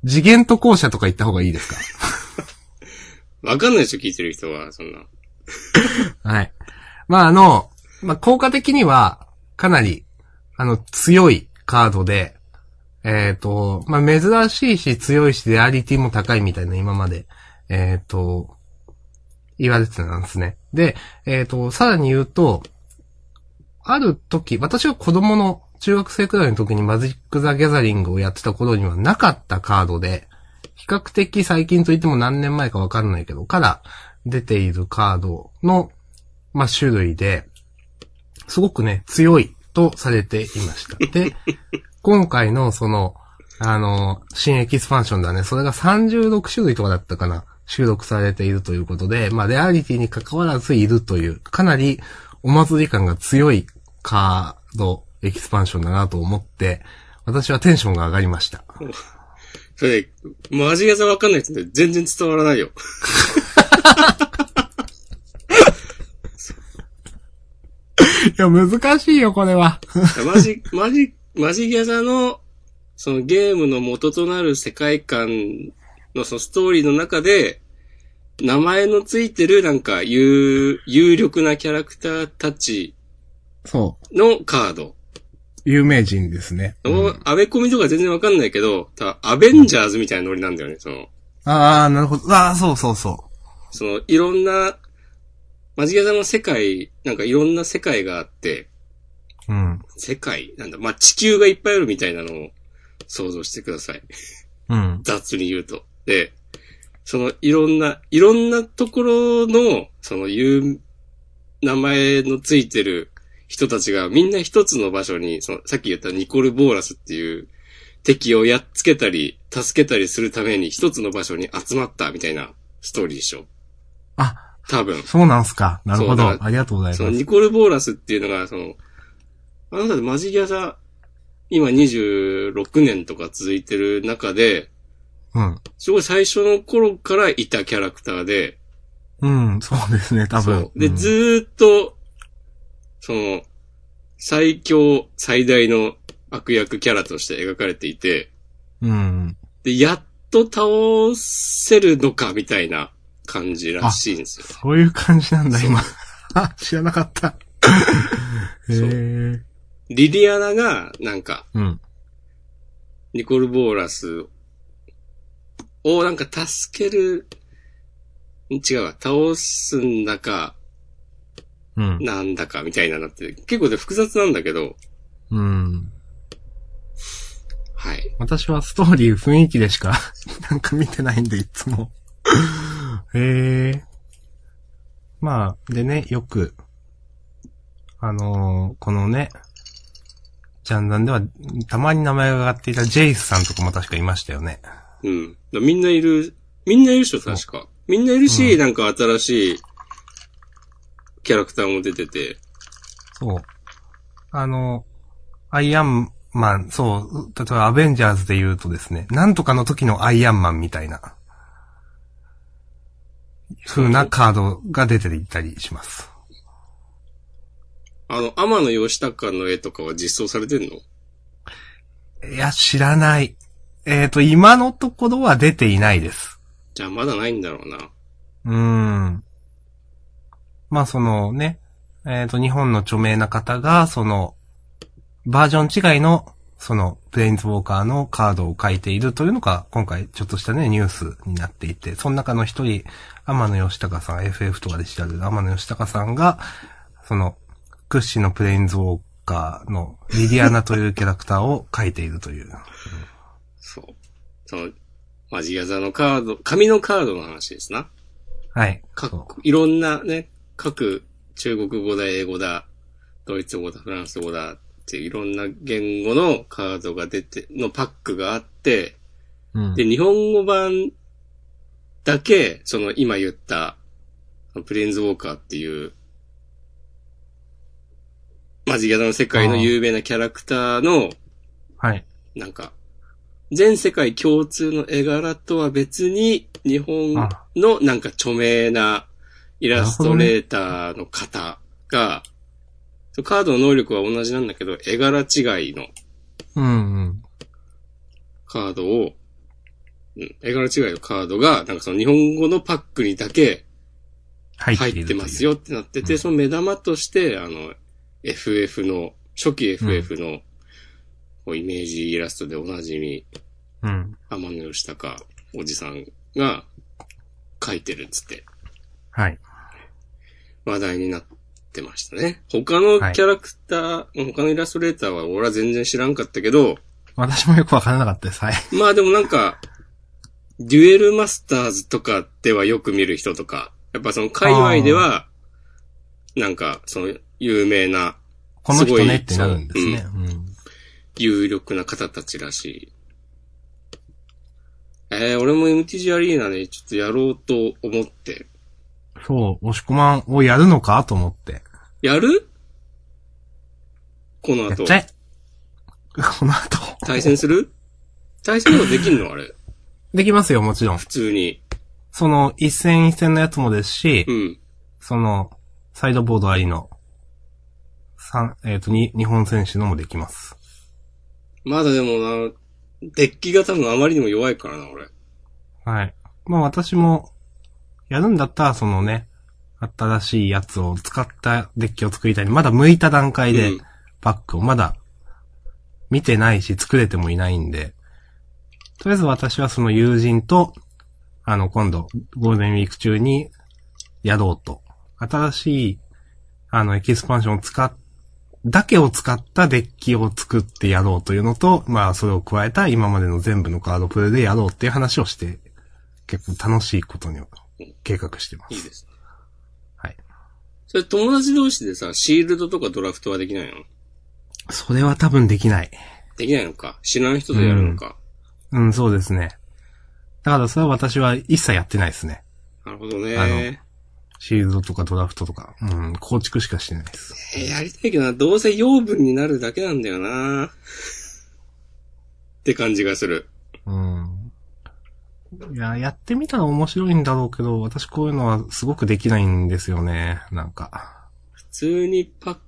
次元と校舎とか言った方がいいですかわかんないでしょ、聞いてる人は、そんな。はい。まあ、あの、まあ、効果的には、かなり、あの、強いカードで、えっ、と、まあ、珍しいし、強いし、レアリティも高いみたいな、今まで、えっ、と、言われてたんですね。で、えっ、と、さらに言うと、ある時、私は子供の中学生くらいの時にマジック・ザ・ギャザリングをやってた頃にはなかったカードで、比較的最近といっても何年前かわかんないけど、から出ているカードの、まあ、種類で、すごくね、強いとされていました。で、今回のその、あの、新エキスパンションだね、それが36種類とかだったかな、収録されているということで、まあ、レアリティに関わらずいるという、かなりお祭り感が強いカードエキスパンションだなと思って、私はテンションが上がりました。それ、マジやさわかんない人で全然伝わらないよ。 いや、難しいよ、これは。マジ、マジ、マジギャザの、そのゲームの元となる世界観のそのストーリーの中で、名前のついてるなんか有、有力なキャラクターたちそう。のカード。有名人ですね。おアベコミとか全然わかんないけど、たアベンジャーズみたいなノリなんだよね、その。ああ、なるほど。ああ、そうそうそその、いろんな、マジギャザの世界、なんかいろんな世界があって、う。うん。世界なんだ、まあ、地球がいっぱいあるみたいなのを想像してください。うん。雑に言うと。で、そのいろんな、いろんなところの、その言う、名前のついてる人たちがみんな一つの場所に、そのさっき言ったニコル・ボーラスっていう敵をやっつけたり、助けたりするために一つの場所に集まったみたいなストーリーでしょ。あ、多分。そうなんすか。なるほそうだどか。らありがとうございます。そのニコル・ボーラスっていうのが、その、あなたマジギャザ、今26年とか続いてる中で、うん。すごい最初の頃からいたキャラクターで、うん、そうですね、多分そ。うで、うんずーっと、その、最強、最大の悪役キャラとして描かれていて、うん。で、やっと倒せるのか、みたいな感じらしいんですよ。そういう感じなんだ、そう今。あ、 知らなか った。へそうえ。リリアナが、なんか、うん。ニコル・ボーラスをなんか助ける、違うわ、倒すんだか、うん。なんだか、みたいななって、結構で複雑なんだけど、うん。はい。私はストーリー、雰囲気でしか、 なんか見てないんで、いつも。へえ。まあ、でね、よく、あのーこのね、ジャンダンでは、たまに名前が上がっていたジェイスさんとかも確かいましたよね。うん。だからみんないる、みんないるでしょ、確か。みんないるし、うなんか新しいキャラクターも出てて。そう。あの、アイアンマン、そう、例えばアベンジャーズで言うとですね、なんとかの時のアイアンマンみたいな、風なカードが出ていたりします。あの、天野義高の絵とかは実装されてんのいや、知らない。えっ、と、今のところは出ていないです。じゃあまだないんだろうな。うーん。まあ、そのね、えっ、と、日本の著名な方が、その、バージョン違いの、その、プレインズウォーカーのカードを書いているというのが、今回ちょっとしたね、ニュースになっていて、その中の一人、天野義隆さん、FF とかで知られる天野義隆さんが、その、屈指のプレインズウォーカーのリディアナというキャラクターを書いているという。そう。その、マジギャザのカード、紙のカードの話ですな。はい。そう各、いろんなね、各中国語だ、英語だ、ドイツ語だ、フランス語だっていろんな言語のカードが出て、のパックがあって、うんで、日本語版だけ、その今言った、プレインズウォーカーっていう、マジギャザの世界の有名なキャラクターの、はい。なんか、全世界共通の絵柄とは別に、日本のなんか著名なイラストレーターの方が、カードの能力は同じなんだけど、絵柄違いのうんうん。カードを、うん、絵柄違いのカードが、なんかその日本語のパックにだけ入入ってますよ。よってなってて、うんその目玉として、あの、FF の、初期 FF の、こうイメージイラストでおなじみ、うん。天野義高おじさんが書いてるっつってはい。話題になっってましたね。他のキャラクター、他のイラストレーターは俺は全然知らんかったけど、私もよくわからなかったです。はい。まあでもなんか、デュエルマスターズとかではよく見る人とか、やっぱその界隈では、なんか、その有名なこの人ねってなるんですね。うん。有力な方たちらしい。えー、俺も MTG アリーナね、ちょっとやろうと思って。そう、押し込まんをやるのかと思って。やるこのやっ後ち。ゃえ この後。対戦する対戦もできんのあれ。できますよ、もちろん。普通に。その、一戦一戦のやつもですし、うん。その、サイドボードありの、三、えっ、と、に、日本選手のもできます。まだでもな、デッキが多分あまりにも弱いからな、俺。はい。まあ私も、やるんだったら、そのね、新しいやつを使ったデッキを作りたい。まだ向いた段階でうん、バックをまだ、見てないし、作れてもいないんで、とりあえず私はその友人と、あの、今度、ゴールデンウィーク中に、やろうと。新しい、あの、エキスパンションを使っ、だけを使ったデッキを作ってやろうというのと、まあ、それを加えた今までの全部のカードプレイでやろうっていう話をして、結構楽しいことに計画してます。いいですね。はい。それ友達同士でさ、シールドとかドラフトはできないのそれは多分できない。できないのか。知らん人とやるのか。うん、そうですね。だからそれは私は一切やってないですね。なるほどあのね。シールドとかドラフトとか、うん、構築しかしてないです。えーやりたいけどな、どうせ養分になるだけなんだよな。って感じがする。うん。いや、やってみたら面白いんだろうけど、私こういうのはすごくできないんですよね、なんか。普通にパッ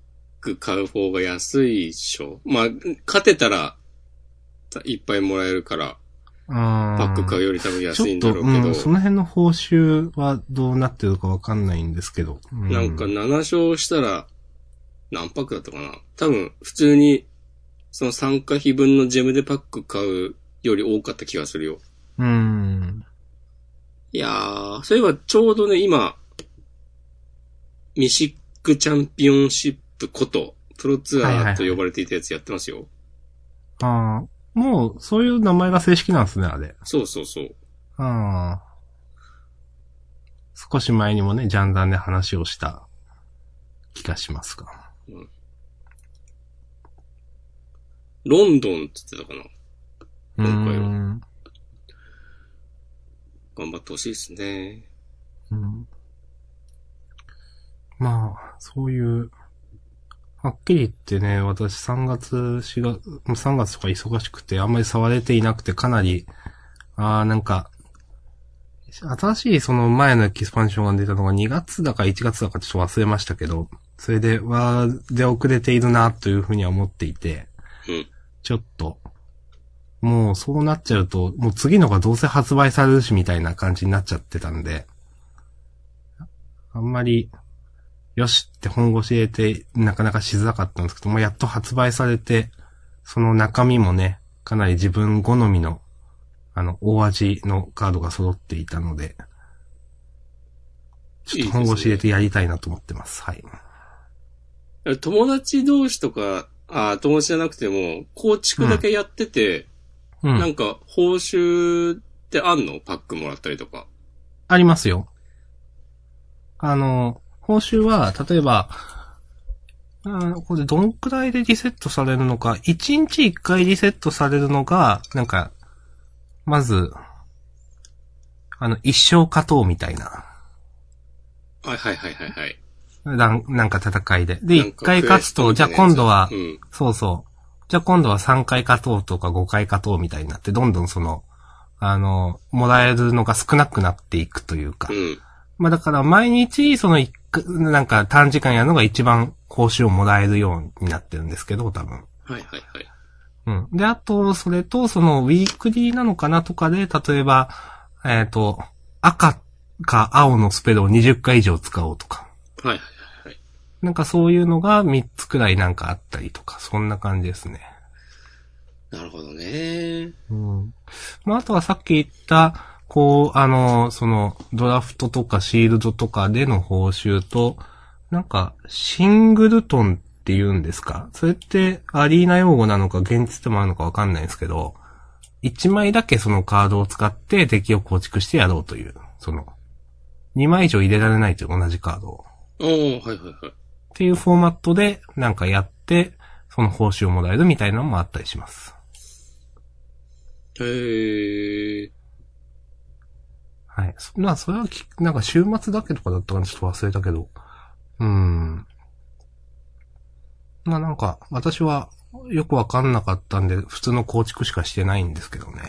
ク買う方が安いでしょ。まあ、勝てたら、たいっぱいもらえるから、うん。パック買うより多分安いんだろうけちょっどと、うん、、その辺の報酬はどうなってるかわかんないんですけど。うなんか7勝したら、何パックだったかな多分、普通に、その参加費分のジェムでパック買うより多かった気がするよ。うん。いやー、そういえばちょうどね、今、ミシックチャンピオンシップこと、プロツアーと呼ばれていたやつやってますよ。ああ、もう、そういう名前が正式なんですね、あれ。そうそうそう。ああ。少し前にもね、ジャンダンで話をした気がしますが。ロンドンって言ってたかうなー了解をん。頑張ってほしいですね。うんまあ、そういう、はっきり言ってね、私3月、4月、もう3月とか忙しくて、あんまり触れていなくて、かなり、ああ、なんか、新しいその前のエキスパンションが出たのが2月だか1月だかちょっと忘れましたけど、それで、わー、で遅れているな、というふうには思っていて、うんちょっと、もうそうなっちゃうと、もう次のがどうせ発売されるし、みたいな感じになっちゃってたんで、あんまり、よしって本腰入れて、なかなかしづらかったんですけども、やっと発売されて、その中身もね、かなり自分好みの、あの、大味のカードが揃っていたので、ちょっと本腰入れてやりたいなと思ってます。はい。友達同士とか、あ友達じゃなくても、構築だけやってて、う。なんんか報酬ってあんのパックもらったりとか。ありますよ。あの、報酬は、例えば、あーこれどんくらいでリセットされるのか、1日1回リセットされるのが、なんか、まず、あの、一生勝とうみたいな、はいはいはいはいはい。なんなんか戦いで。で、なん1か回勝つと、クじエゃスあトみ今たいなやつ度はう、ん。そうそう。じゃあ今度は3回勝とうとか5回勝とうみたいになって、どんどんその、あの、もらえるのが少なくなっていくというかう。ん。まあだから毎日、その一回、なんか短時間やるのが一番報酬をもらえるようになってるんですけど、多分。はいはいはい。うん。で、あと、それと、その、ウィークリーなのかなとかで、例えば、えっ、と、赤か青のスペルを20回以上使おうとか。はいはいはい。なんかそういうのが3つくらいなんかあったりとか、そんな感じですね。なるほどね。うん。まあ、あとはさっき言った、こう、あの、その、ドラフトとかシールドとかでの報酬と、なんか、シングルトンって言うんですかそれってアリーナ用語なのか現実でもあるのかわかんないんですけど、1枚だけそのカードを使って敵を構築してやろうという、その、2枚以上入れられないという同じカードを。ああ、はいはいはい。っていうフォーマットでなんかやって、その報酬をもらえるみたいなのもあったりします。へえ。はい。そまあ、それはき、なんか週末だけとかだったかな、ちょっと忘れたけど。うーん。まあなんか、私はよくわかんなかったんで、普通の構築しかしてないんですけどね。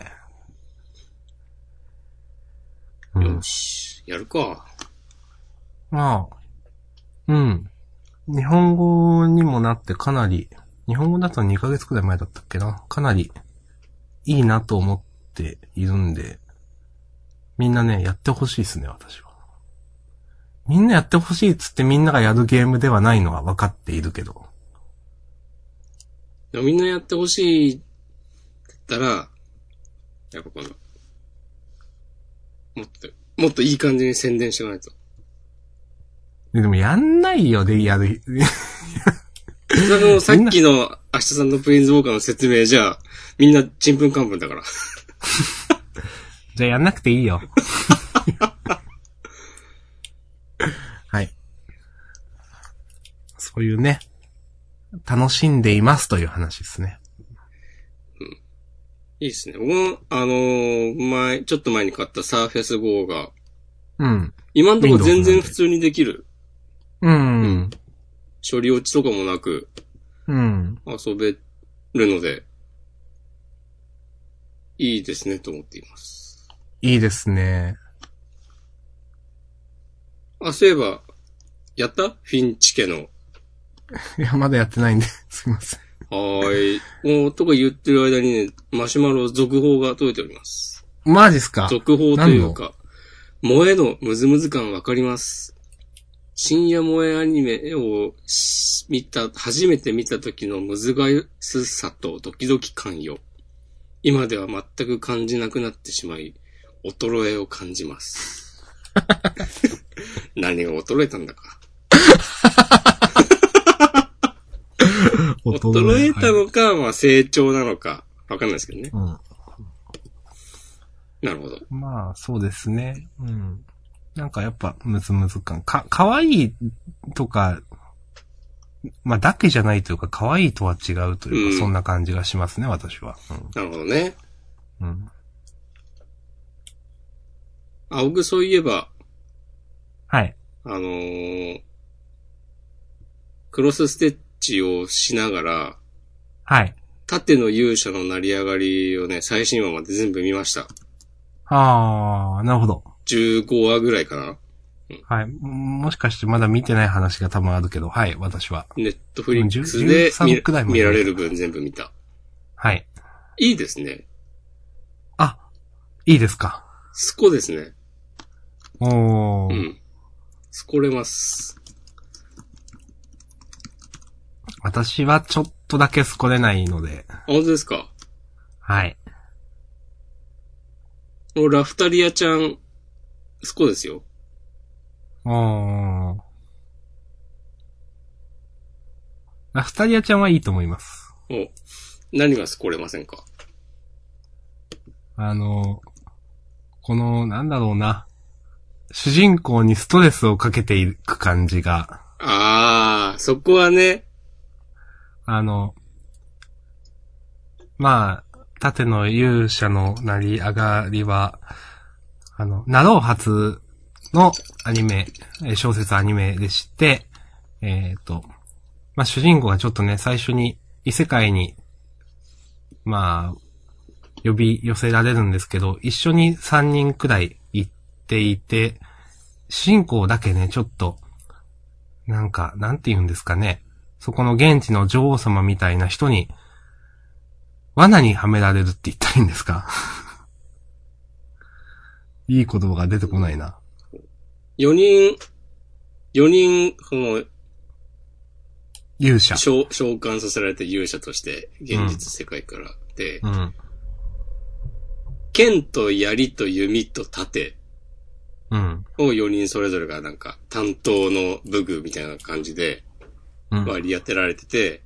うよん。し。やるか。まあ、うん。日本語にもなってかなり、日本語だと2ヶ月くらい前だったっけな。かなりいいなと思っているんで、みんなね、やってほしいですね、私は。みんなやってほしいっつってみんながやるゲームではないのは分かっているけど。でもみんなやってほしいって言ったら、やっぱこの、もっと、もっといい感じに宣伝していかないと。でもやんないよ、で、やる。それもさっきの明日さんのプリンズウォーカーの説明じゃ、みんなちんぷんかんぷんだから。じゃあやんなくていいよ。 はい。そういうね、楽しんでいますという話ですね。いいですね。僕も、あのー前、ちょっと前に買ったサーフェス GO が、うん。今んとこ全然普通にできる。うん。処理落ちとかもなくうん。遊べるので、いいですねと思っています。いいですね。あ、そういえば、やったフィンチ家の。いや、まだやってないんで、すいません。はーい。もう、とか言ってる間にね、マシュマロ続報が届いております。マジっすか続報というか、萌えのムズムズ感わかります。深夜萌えアニメをし見た、初めて見た時のむずがゆさとドキドキ感よ。今では全く感じなくなってしまい、衰えを感じます。何が衰えたんだか。衰えたはいのか、まあ成長なのか、わかんないですけどね。なるほど。うん。まあ、そうですね。うん。なんかやっぱ、ムズムズ感。か、可愛いとか、まあ、だけじゃないというか、可愛いとは違うというか、うんそんな感じがしますね、私は。なるほどね。うん。うん。あ、僕そういえば、はい。あのークロスステッチをしながら、はい。縦の勇者の成り上がりをね、最新話まで全部見ました。あー、なるほど。 15話ぐらいかなはい。ももしかしてまだ見てない話が多分あるけど、はい、私は。ネットフリックスうんで13見くらいまで見られる分全部見た。はい。いいですね。あ、いいですか。スコですね。おー。うん。スコれます。私はちょっとだけすこれないので、あ本当ですかはい。このラフタリアちゃん、スコですよ。おー。ラフタリアちゃんはいいと思います。お何がスコれませんかあの、この、なんだろうな。主人公にストレスをかけていく感じが、あー、そこはね、あの、まあ、盾の勇者の成り上がりは、あの、ナロー発のアニメ、えー小説アニメでして、えっ、と、まあ主人公がちょっとね、最初に異世界に、まあ、呼び寄せられるんですけど、一緒に3人くらい行っていて、主人公だけね、ちょっと、なんか、なんて言うんですかね。そこの現地の女王様みたいな人に、罠にはめられるって言ったらいいんですか いい言葉が出てこないな。 4人、4人、その、勇者。召召喚させられた勇者として、現実世界から。でう、ん。剣と槍と弓と盾うん。を4人それぞれがなんか担当の武具みたいな感じでうん。割り当てられてて、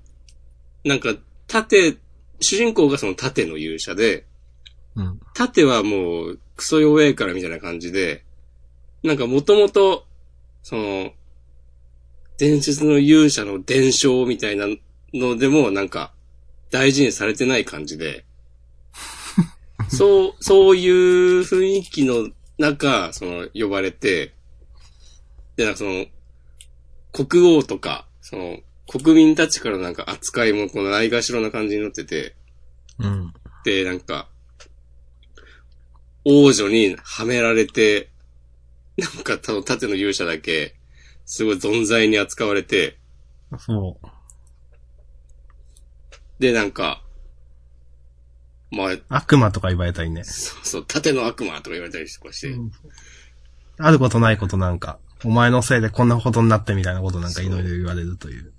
なんか盾、主人公がその盾の勇者で、うん。盾はもうクソ弱えからみたいな感じで、なんかもともと、その、伝説の勇者の伝承みたいなのでもなんか大事にされてない感じで、そう、そういう雰囲気の中、その呼ばれて、で、なんかその、国王とか、その、国民たちからなんか扱いもこのないがしろな感じになってて、うん。で、なんか、王女にはめられて、なんか、た盾の勇者だけ、すごい存在に扱われて、そで、なんか、まあ、う。悪魔とか言われたりね。そうそう、盾の悪魔とか言われたりとかして、うんあることないことなんか、お前のせいでこんなことになってみたいなことなんかいろいろ言われるという。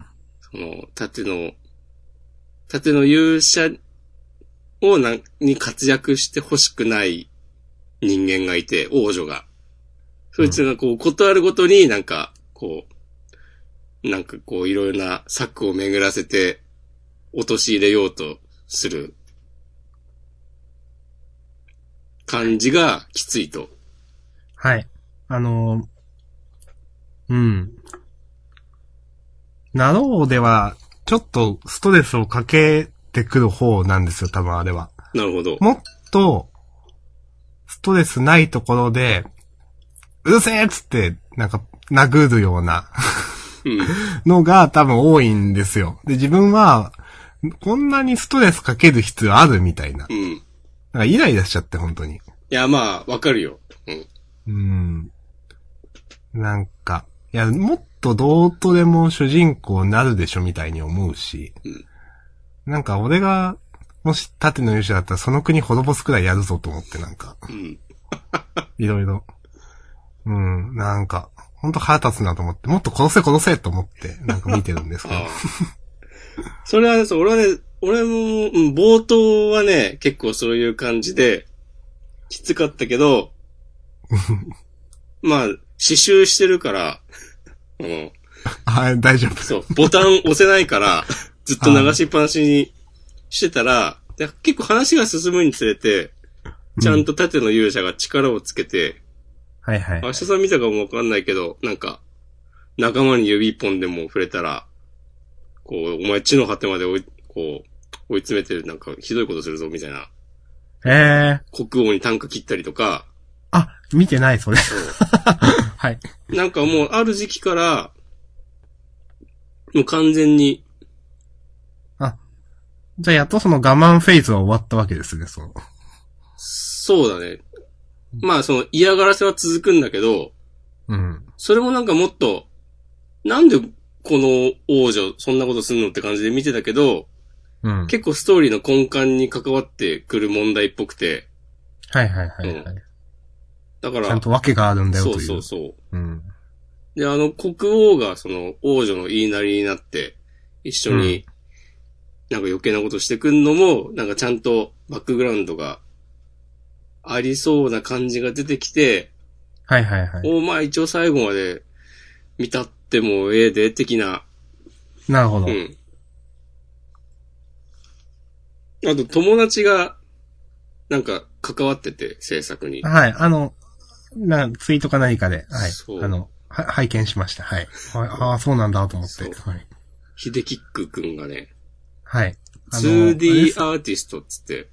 その、盾の、盾の勇者をなん、に活躍してほしくない人間がいて、王女が。そいつがこう、断るごとになんか、こう、なんかこう、いろいろな策を巡らせて、陥れようとする感じがきついと。はい。あのーうん。なろうでは、ちょっとストレスをかけてくる方なんですよ、多分あれは。なるほど。もっと、ストレスないところで、うるせえっつって、なんか、殴るようなうん。のが多分多いんですよ。で、自分は、こんなにストレスかける必要あるみたいな。うん。いなんかイライラしちゃって、本当に。や、まあ、わかるよ。うん。うん。なんか、いや、もっとどうとでも主人公なるでしょみたいに思うし、うんなんか俺が、もし盾の勇者だったらその国滅ぼすくらいやるぞと思ってなんか、うん。いろいろ。うん、なんか、ほんと腹立つなと思って、もっと殺せ殺せと思って、なんか見てるん ですけど。ああ それはね、そう俺はね、俺も、うん冒頭はね、結構そういう感じで、きつかったけど、 まあ、刺繍してるから、あの、はい、大丈夫。そう、ボタン押せないから、ずっと流しっぱなしにしてたら、で結構話が進むにつれて、ちゃんと盾の勇者が力をつけて、はいはい。明日さん見たかもわかんないけど、なんか、仲間に指一本でも触れたら、こう、お前地の果てまで追い、こう、追い詰めてる、なんか、ひどいことするぞ、みたいな。えー、国王に単価切ったりとか、あ、見てない、それ。 はい。なんかもう、ある時期から、もう完全に、じゃあやっとその我慢フェーズは終わったわけですね、その。そうだね。まあ、その、嫌がらせは続くんだけど、うん。それもなんかもっと、なんでこの王女、そんなことするのって感じで見てたけど、うん。結構ストーリーの根幹に関わってくる問題っぽくて、はいはいはい、はいうんだから、ちゃんと訳があるんだよとそいうう。そうそうう。ん。で、あの、国王がその王女の言いなりになって、一緒に、なんか余計なことしてくんのも、なんかちゃんとバックグラウンドがありそうな感じが出てきて、はいはいはい。おまあ一応最後まで見たってもええで、的な、なるほど。うん。あと友達が、なんか関わってて、制作に。はい、あの、な、ツイートか何かで、はいそう。あの、は、拝見しました。はい。はいああ、そうなんだと思って。そうはい。秀キックくんがね、はい。あのあれで 2D すアーティストっつって、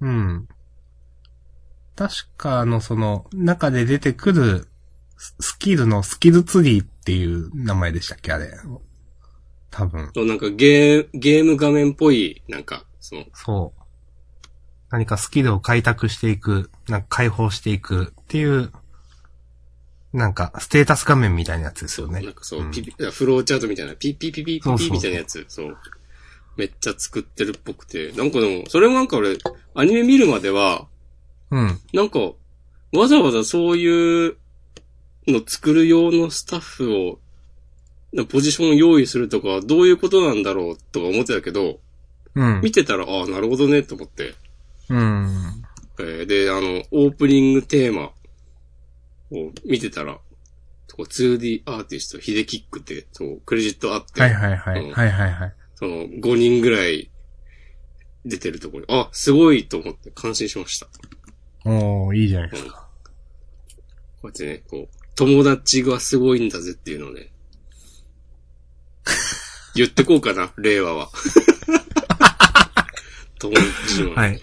うん。確か、あの、その、中で出てくる、ススキルのスキルツリーっていう名前でしたっけあれ。多分。そう、なんかゲー、ゲーム画面っぽい、なんか、その、そう。何かスキルを開拓していく、なんか解放していくっていう、なんか、ステータス画面みたいなやつですよねなん。かそう、うんピピ、フローチャートみたいな、ピッピッピッピッピそうッそうピッみたいなやつ、そう。めっちゃ作ってるっぽくて、なんかでも、それもなんか俺、アニメ見るまでは、うん。なんか、わざわざそういうの作る用のスタッフを、なポジションを用意するとか、どういうことなんだろうとか思ってたけど、うん。見てたら、ああ、なるほどね、と思って。うん。えーで、あの、オープニングテーマ。こう、見てたら、こう 2D アーティスト、ヒデキックって、そう、クレジットあって、はいはいはうい。んはいはいはい。その、5人ぐらい出てるところに、あ、すごいと思って感心しました。おー、いいじゃないでうんすこか。うやってね、こう、友達がすごいんだぜっていうの をね、言ってこうかな、令和は。友達自慢。はい。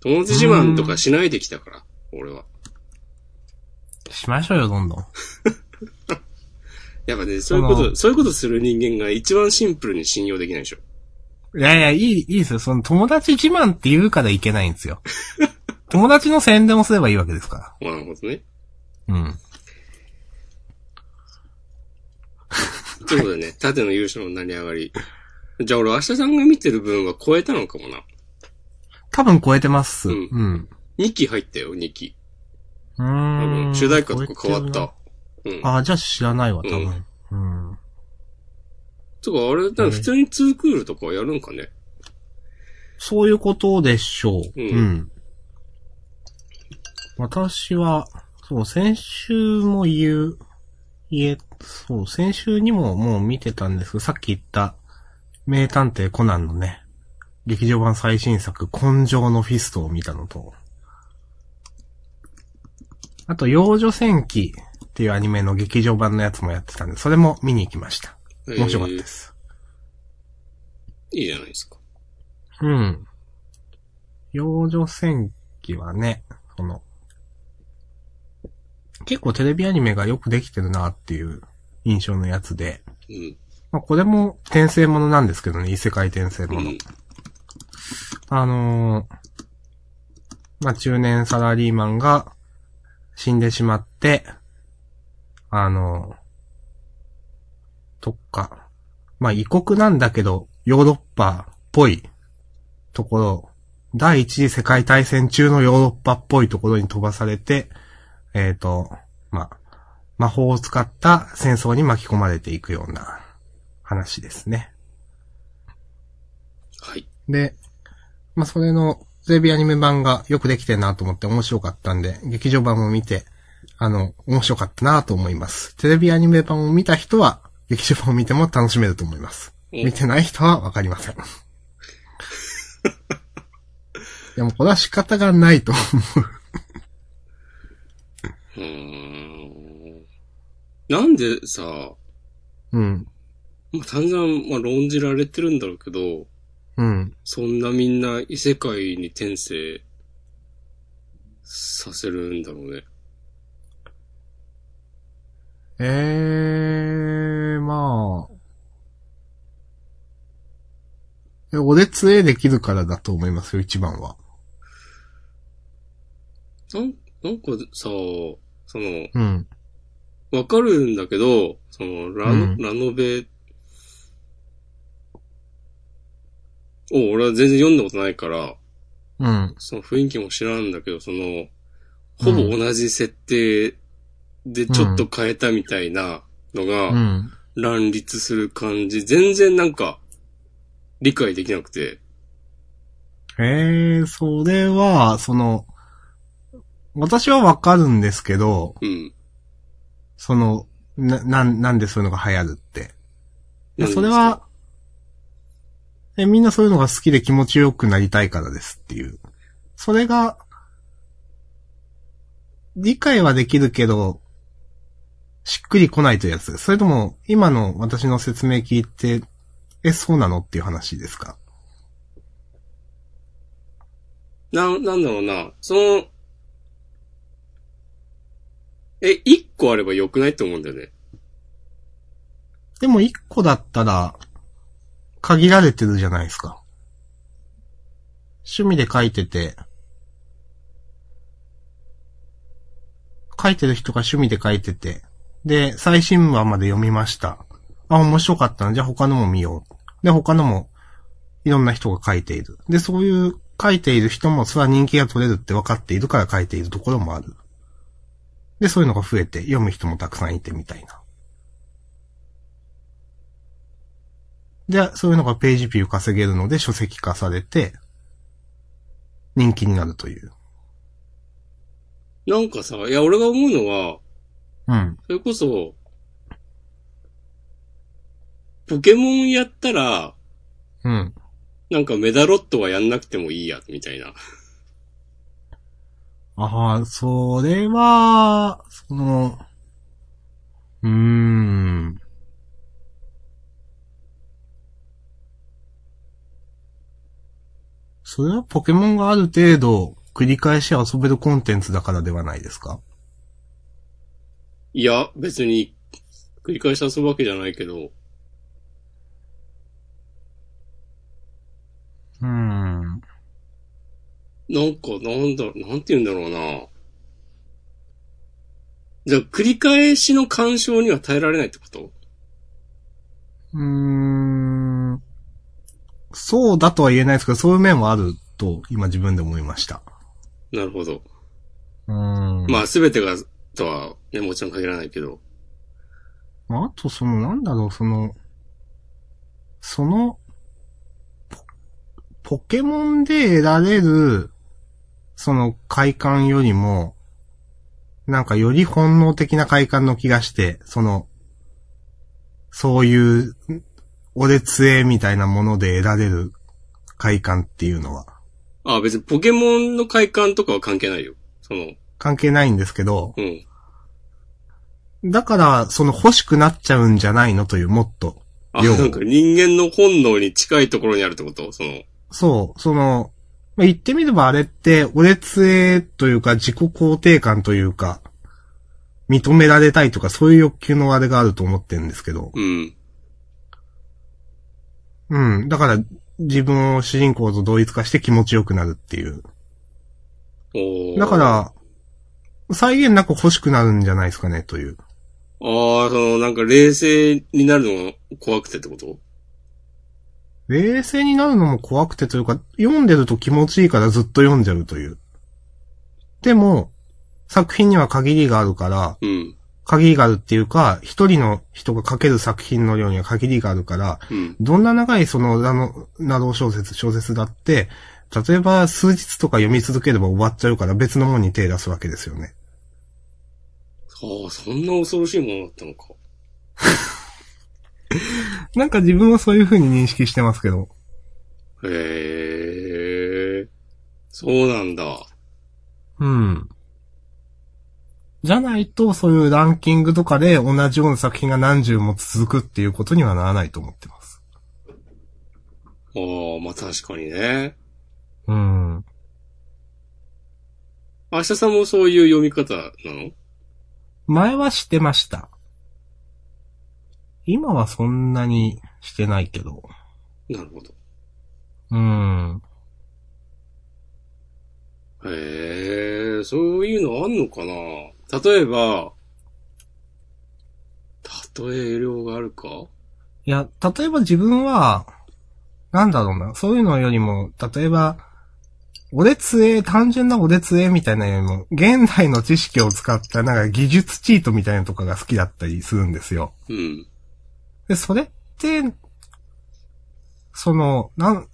友達自慢とかしないできたから、俺は。しましょうよ、どんどん。やっぱね、そういうこそと、のそういうことする人間が一番シンプルに信用できないでしょ。いやいや、いい、いいですよ。その友達自慢って言うからいけないん ですよ。友達の宣伝もすればいいわけですかなるほどね。ら。うん。ということでね、縦の優勝の成り上がり。じゃあ俺、明日さんが見てる分は超えたのかもな。多分超えてます。ううんん。 2期入ったよ、2期。う多ーん。分、主題歌とか変わっ超えたて。うんる。な。あ、じゃあ知らないわ、多分。うん。とか、あれ、だから普通にツークールとかやるんかね。そういうことでしょう。うんうん。私は、そう、先週も言う、言え、そう、先週にももう見てたんですけど、さっき言った、名探偵コナンのね、劇場版最新作、根性のフィストを見たのと、あと、幼女戦記っていうアニメの劇場版のやつもやってたんで、それも見に行きました。面白かったです。えーいいじゃないですか。うん。幼女戦記はね、その、結構テレビアニメがよくできてるなっていう印象のやつで、うん。まあこれも転生ものなんですけどね、異世界転生うもの。ん。あのーまあ中年サラリーマンが死んでしまって、あのーとか、まあ異国なんだけど、ヨーロッパっぽいところ、第一次世界大戦中のヨーロッパっぽいところに飛ばされて、えっ、と、まあ、魔法を使った戦争に巻き込まれていくような話ですね。はい。で、まあ、それの、テレビアニメ版がよくできてるなと思って面白かったんで、劇場版も見て、あの、面白かったなと思います。テレビアニメ版を見た人は、劇場版を見ても楽しめると思います。うん見てない人はわかりません。 でもこれは仕方がないと思う。うーん。なんでさ、うん。まあ、散々、まあ、論じられてるんだろうけど、うん。そんなみんな異世界に転生させるんだろうね。ええー、まあ。え俺杖できるからだと思いますよ、一番は。なん、なんかさ、その、うん。わかるんだけど、その、ラノ、うんラノベを俺は全然読んだことないから、うん。その雰囲気も知らんだけど、その、ほぼ同じ設定でちょっと変えたみたいなのうが、ん。乱立する感じ、全然なんか、理解できなくて、ええー、それは、その、私はわかるんですけど、うん。その、な、なん、なんでそういうのが流行るって。いや、それなんは、え、みんなそういうのが好きで気持ちよくなりたいからですっていう。それが、理解はできるけど、しっくりこないというやつ。それとも、今の私の説明聞いて、え、そうなのっていう話ですかですけど、な、なんだろうな、その、え、一個あればよくないと思うんだよね。でも一個だったら、限られてるじゃないですか。趣味で書いてて、書いてる人が趣味で書いてて、で、最新話まで読みました。あ、面白かったな。じゃあ他のも見よう。で、他のも、いろんな人が書いている。で、そういう書いている人も、それは人気が取れるって分かっているから書いているところもある。で、そういうのが増えて、読む人もたくさんいてみたいな。で、そういうのがページビュー稼げるので書籍化されて、人気になるという。なんかさ、いや、俺が思うのは、うん。それこそ、ポケモンやったら、うん。なんかメダロットはやんなくてもいいや、みたいな。ああ、それは、その、うーん。それはポケモンがある程度繰り返し遊べるコンテンツだからではないですかいや、別に、繰り返し遊ぶわけじゃないけど、うーん。なんか、なんだ、なんて言うんだろうな。じゃあ、繰り返しの干渉には耐えられないってことうーん。そうだとは言えないですけど、そういう面はあると今自分で思いました。なるほど。うーん。まあ、すべてが、とは、ね、もちろん限らないけど。まあ、あとその、なんだろう、その、その、ポ、ポケモンで得られる、その快感よりも、なんかより本能的な快感の気がして、その、そういう、ん俺杖みたいなもので得られる快感っていうのは、あ、別にポケモンの快感とかは関係ないよ。その、関係ないんですけど、うん。だから、その欲しくなっちゃうんじゃないのという、もっと。あ、ようなんか人間の本能に近いところにあるってことその、そう、その、まあ、言ってみればあれって、俺杖というか自己肯定感というか、認められたいとかそういう欲求のあれがあると思ってるんですけど。うん。うん。だから、自分を主人公と同一化して気持ちよくなるっていう。おーだか、あら、再現なく欲しくなるんじゃないですかね、という。あ、その、なんか冷静になるのが怖くてってこと冷静になるのも怖くてというか、読んでると気持ちいいからずっと読んじゃうという。でも、作品には限りがあるから、うん。限りがあるっていうか、一人の人が書ける作品の量には限りがあるから、うん。どんな長いその、なの、など小説、小説だって、例えば数日とか読み続ければ終わっちゃうから別のものに手出すわけですよね。ああ、そんな恐ろしいものだったのか。なんか自分はそういう風に認識してますけど。へえ、そうなんだ。うん。じゃないと、そういうランキングとかで同じような作品が何十も続くっていうことにはならないと思ってます。ああ、まあ確かにね。うん。明日さんもそういう読み方なの前はしてました。今はそんなにしてないけど。なるほど。うん。へえ、そういうのあんのかな例えば、例え量があるかいや、例えば自分は、なんだろうな、そういうのよりも、例えば、俺杖、単純な俺杖みたいなよりも、現代の知識を使ったなんか技術チートみたいなのとかが好きだったりするんですよ。うん。で、それって、その、なん、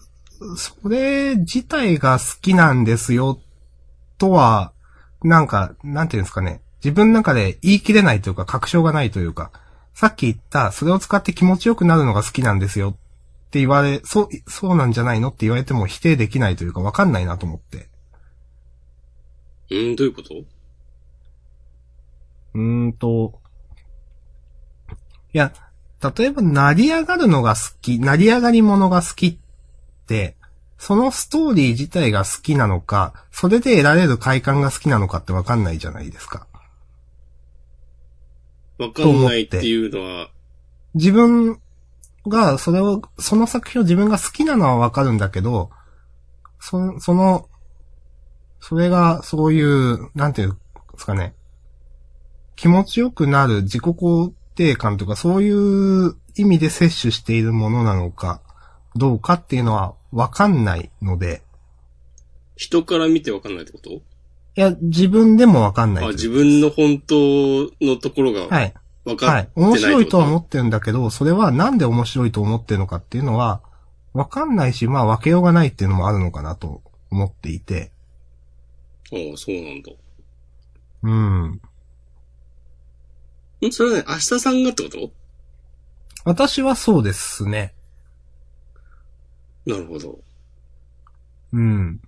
それ自体が好きなんですよ、とは、なんか、なんていうんですかね。自分の中で言い切れないというか、確証がないというか、さっき言った、それを使って気持ちよくなるのが好きなんですよって言われ、そう、そうなんじゃないのって言われても否定できないというか、わかんないなと思って。うん、どういうことうーんと、いや、例えば、成り上がるのが好き、成り上がりものが好きって、そのストーリー自体が好きなのか、それで得られる快感が好きなのかってわかんないじゃないですか。わかんないっていうのは、自分が、それを、その作品を自分が好きなのはわかるんだけど、そその、それが、そういう、なんていうんですかね、気持ちよくなる自己肯定感とか、そういう意味で摂取しているものなのか、どうかっていうのはわかんないので、人から見てわかんないってこといや、自分でもわかんないあ、という自分の本当のところがはい。わはかっい面て。ないってこと、白いとは思ってるんだけど、それはなんで面白いと思ってるのかっていうのは、わかんないし、まあ分けようがないっていうのもあるのかなと思っていて、ああ、そうなんだ。うん。んそれはね、明日さんがってこと私はそうですね。なるほど。うん。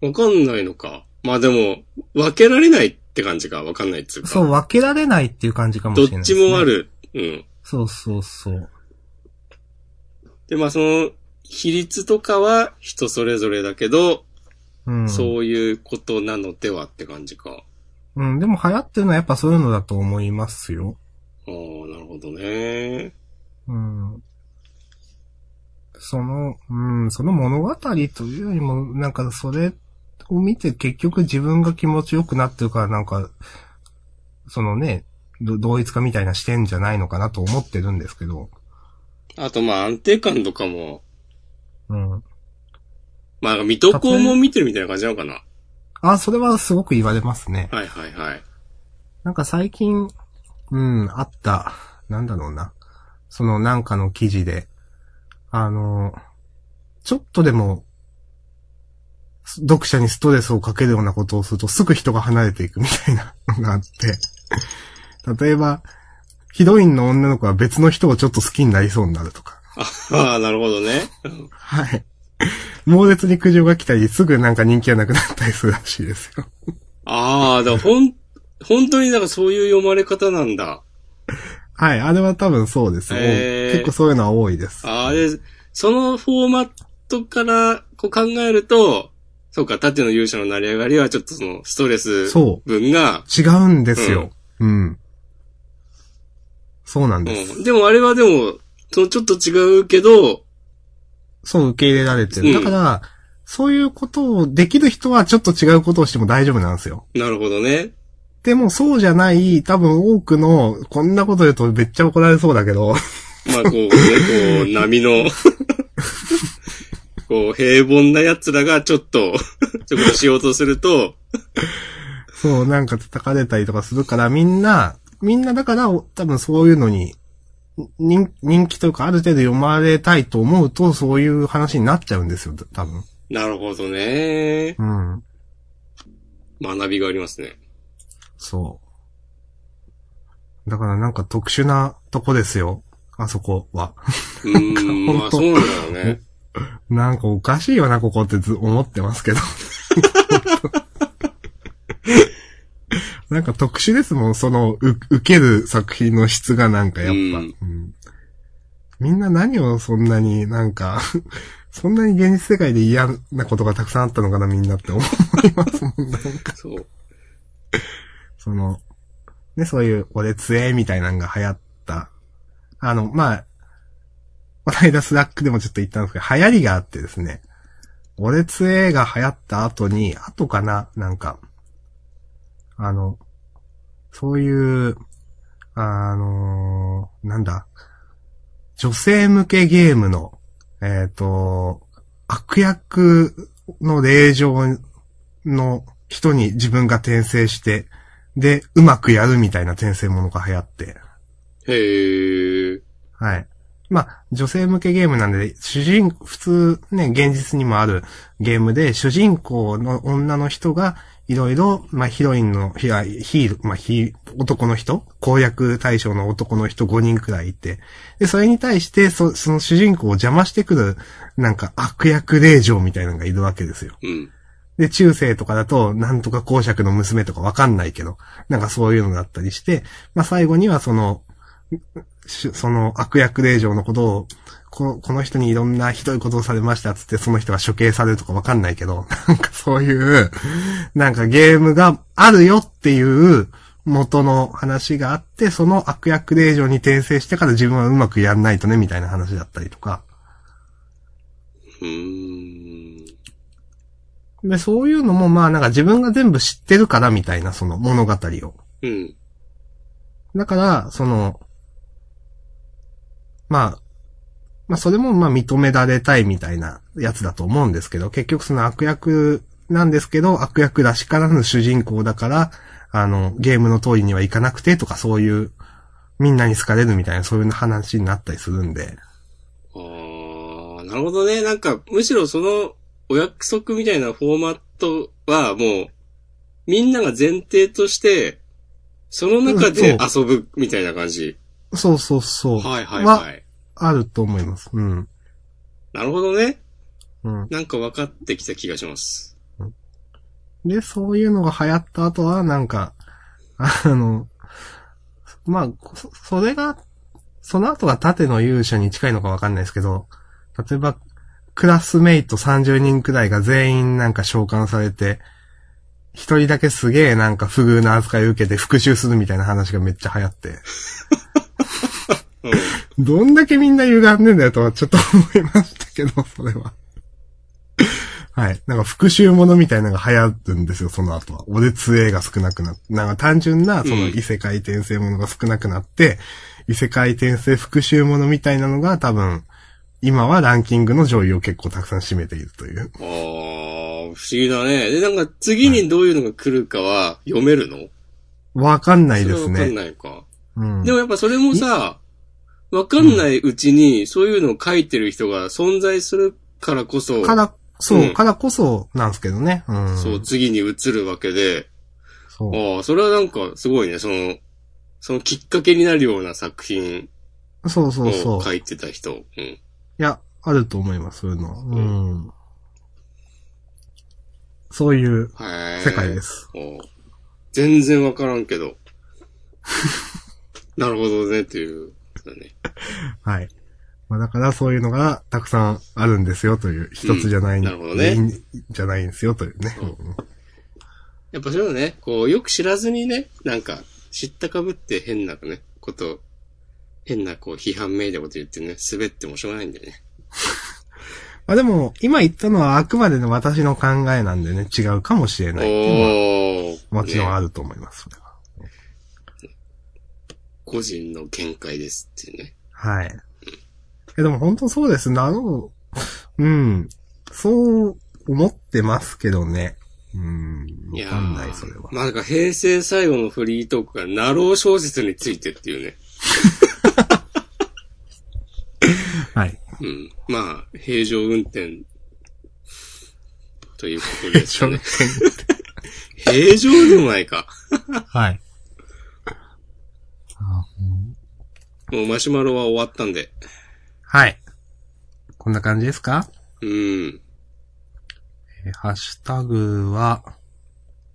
わかんないのか。まあでも、分けられないって感じか。わかんないっつうか。そう、分けられないっていう感じかもしどれない、っちもあ。る。うん。そうそうそう。で、まあその、比率とかは人それぞれだけど、うん。そういうことなのではって感じか。うん、でも流行ってるのはやっぱそういうのだと思いますよ。ああ、なるほどね。うん。その、うん、その物語というよりも、なんかそれを見て結局自分が気持ちよくなってるから、なんか、そのね、ど同一化みたいなしてんじゃないのかなと思ってるんですけど。あとまあ安定感とかも、うん。まあ水戸黄門見てるみたいな感じなのかな。あ、それはすごく言われますね。はいはい はい。なんか最近、うん、あった、なんだろうな。そのなんかの記事で、あの、ちょっとでも、す読者にストレスをかけるようなことをするとすぐ人が離れていくみたいなのがあって、例えば、ヒロインの女の子は別の人をちょっと好きになりそうになるとか、ああ、なるほどね。うんはい。猛烈に苦情が来たり、すぐなんか人気がなくなったりするらしいですよ。ああ、だからほん、本当になんかそういう読まれ方なんだ。はい、あれは多分そうです。へー結構そういうのは多いです。ああれ、そのフォーマットからこう考えると、そうか、縦の勇者の成り上がりはちょっとそのストレスそう分が、違うんですよ。うん。そうなんです。うん。でもあれはでも、そのちょっと違うけど、そう受け入れられてる。うんだから、そういうことをできる人はちょっと違うことをしても大丈夫なんですよ。なるほどね。でもそうじゃない、多分多くの、こんなこと言うとめっちゃ怒られそうだけど、 まあこうね、こう波の、 こう平凡な奴らがちょっと、 そういうことしようとすると、そうなんか叩かれたりとかするから、みんな、みんなだからお多分そういうのに、人人気というかある程度読まれたいと思うと、そういう話になっちゃうんですよ、多分。なるほどね。うん。学びがありますね。そう。だからなんか特殊なとこですよ。あそこは。 うーん、まあそうなんだよね。なんかおかしいよな、ここってず思ってますけど。 なんか特殊ですもん、その、う受ける作品の質がなんかやっぱ。うんうんみんな何をそんなになんか、 そんなに現実世界で嫌なことがたくさんあったのかな、みんなって思いますもん。なんかそう。その、ね、そういう、俺強えみたいなのが流行った。あの、まあ、この間スラックでもちょっと言ったんですけど、流行りがあってですね、俺強えが流行った後に、後かな、なんか、あの、そういう、あのなんだ、女性向けゲームの、えっ、と、悪役の令嬢の人に自分が転生して、で、うまくやるみたいな転生ものが流行って。へえ。はい。まあ、女性向けゲームなんで、主人、普通ね、現実にもあるゲームで、主人公の女の人が、いろいろ、まあ、ヒロインの、いやヒール、まあ、ヒー男の人、公約対象の男の人5人くらいいて、で、それに対して、そその主人公を邪魔してくる、なんか悪役令嬢みたいなのがいるわけですよ。うん。で、中世とかだと、なんとか公爵の娘とかわかんないけど、なんかそういうのだったりして、まあ最後にはその、しその悪役令嬢のことを、ここの人にいろんなひどいことをされましたっつって、その人が処刑されるとかわかんないけど、 なんかそういう、なんかゲームがあるよっていう元の話があって、その悪役令嬢に転生してから自分はうまくやんないとね、みたいな話だったりとか。うーん。で、そういうのもまあなんか自分が全部知ってるからみたいなその物語を。うん。だから、その、まあ、まあそれもまあ認められたいみたいなやつだと思うんですけど、結局その悪役なんですけど、悪役らしからぬ主人公だから、あの、ゲームの通りにはいかなくてとかそういう、みんなに好かれるみたいなそういう話になったりするんで。ああ、なるほどね。なんか、むしろその、お約束みたいなフォーマッことはもう、みんなが前提として、その中うでん遊ぶみたいな感じ。そうそうそう。はいはいはい。あると思います。うん。なるほどね。うん。なんか分かってきた気がします。で、そういうのが流行った後は、なんか、あの、まあ、そそれが、その後が縦の勇者に近いのかわかんないですけど、例えば、クラスメイト30人くらいが全員なんか召喚されて、一人だけすげえなんか不遇な扱いを受けて復讐するみたいな話がめっちゃ流行って、う ん。どんだけみんな歪んでんだよとはちょっと思いましたけど、 それは。はい。なんか復讐ものみたいなのが流行るんですよ、その後は。俺杖が少なくなって。なんか単純な、その異世界転生ものが少なくなって、異世界転生復讐ものみたいなのが多分、今はランキングの上位を結構たくさん占めているという。ああ、不思議だね。で、なんか次にどういうのが来るかは読めるの、わかんないそでれはす分かんね。ないか。うんで。もやっぱそれもさ、分かんないうちにそういうのを書いてる人が存在するからこそ、から、そう、うんからこそなんですけどね。うん。そう、次に移るわけで、そう。ああ、それはなんかすごいね、その、そのきっかけになるような作品そうそうそうを。書いてた人。うん。いや、あると思います、そういうのは。うん。そういうはい。世界です。おう全然わからん けど。なるほどね、っていう。だね。はい。まあだからそういうのがたくさんあるんですよという、一つじゃない、なるほどねいいんじゃないんですよというね。うんやっぱそういうのね、こう、よく知らずにね、なんか、知ったかぶって変なね、こと、変なこう、批判めいたこと言ってね、滑ってもしょうがないんだよね。まあでも、今言ったのはあくまでの私の考えなんでね、違うかもしれないっていうのは。おー。もちろんねあると思います、それは。個人の見解ですっていうね。はい。え、でも本当そうです。なろう。うん。そう思ってますけどね。うん。わかんない、それは。まあ、なんか平成最後のフリートークが、ナロー小説についてっていうね。はい。うん。まあ、平常運転、ということですね。平常でもないか。はい。もうマシュマロは終わったんで。はい。こんな感じですか、うん。えーハッシュタグは、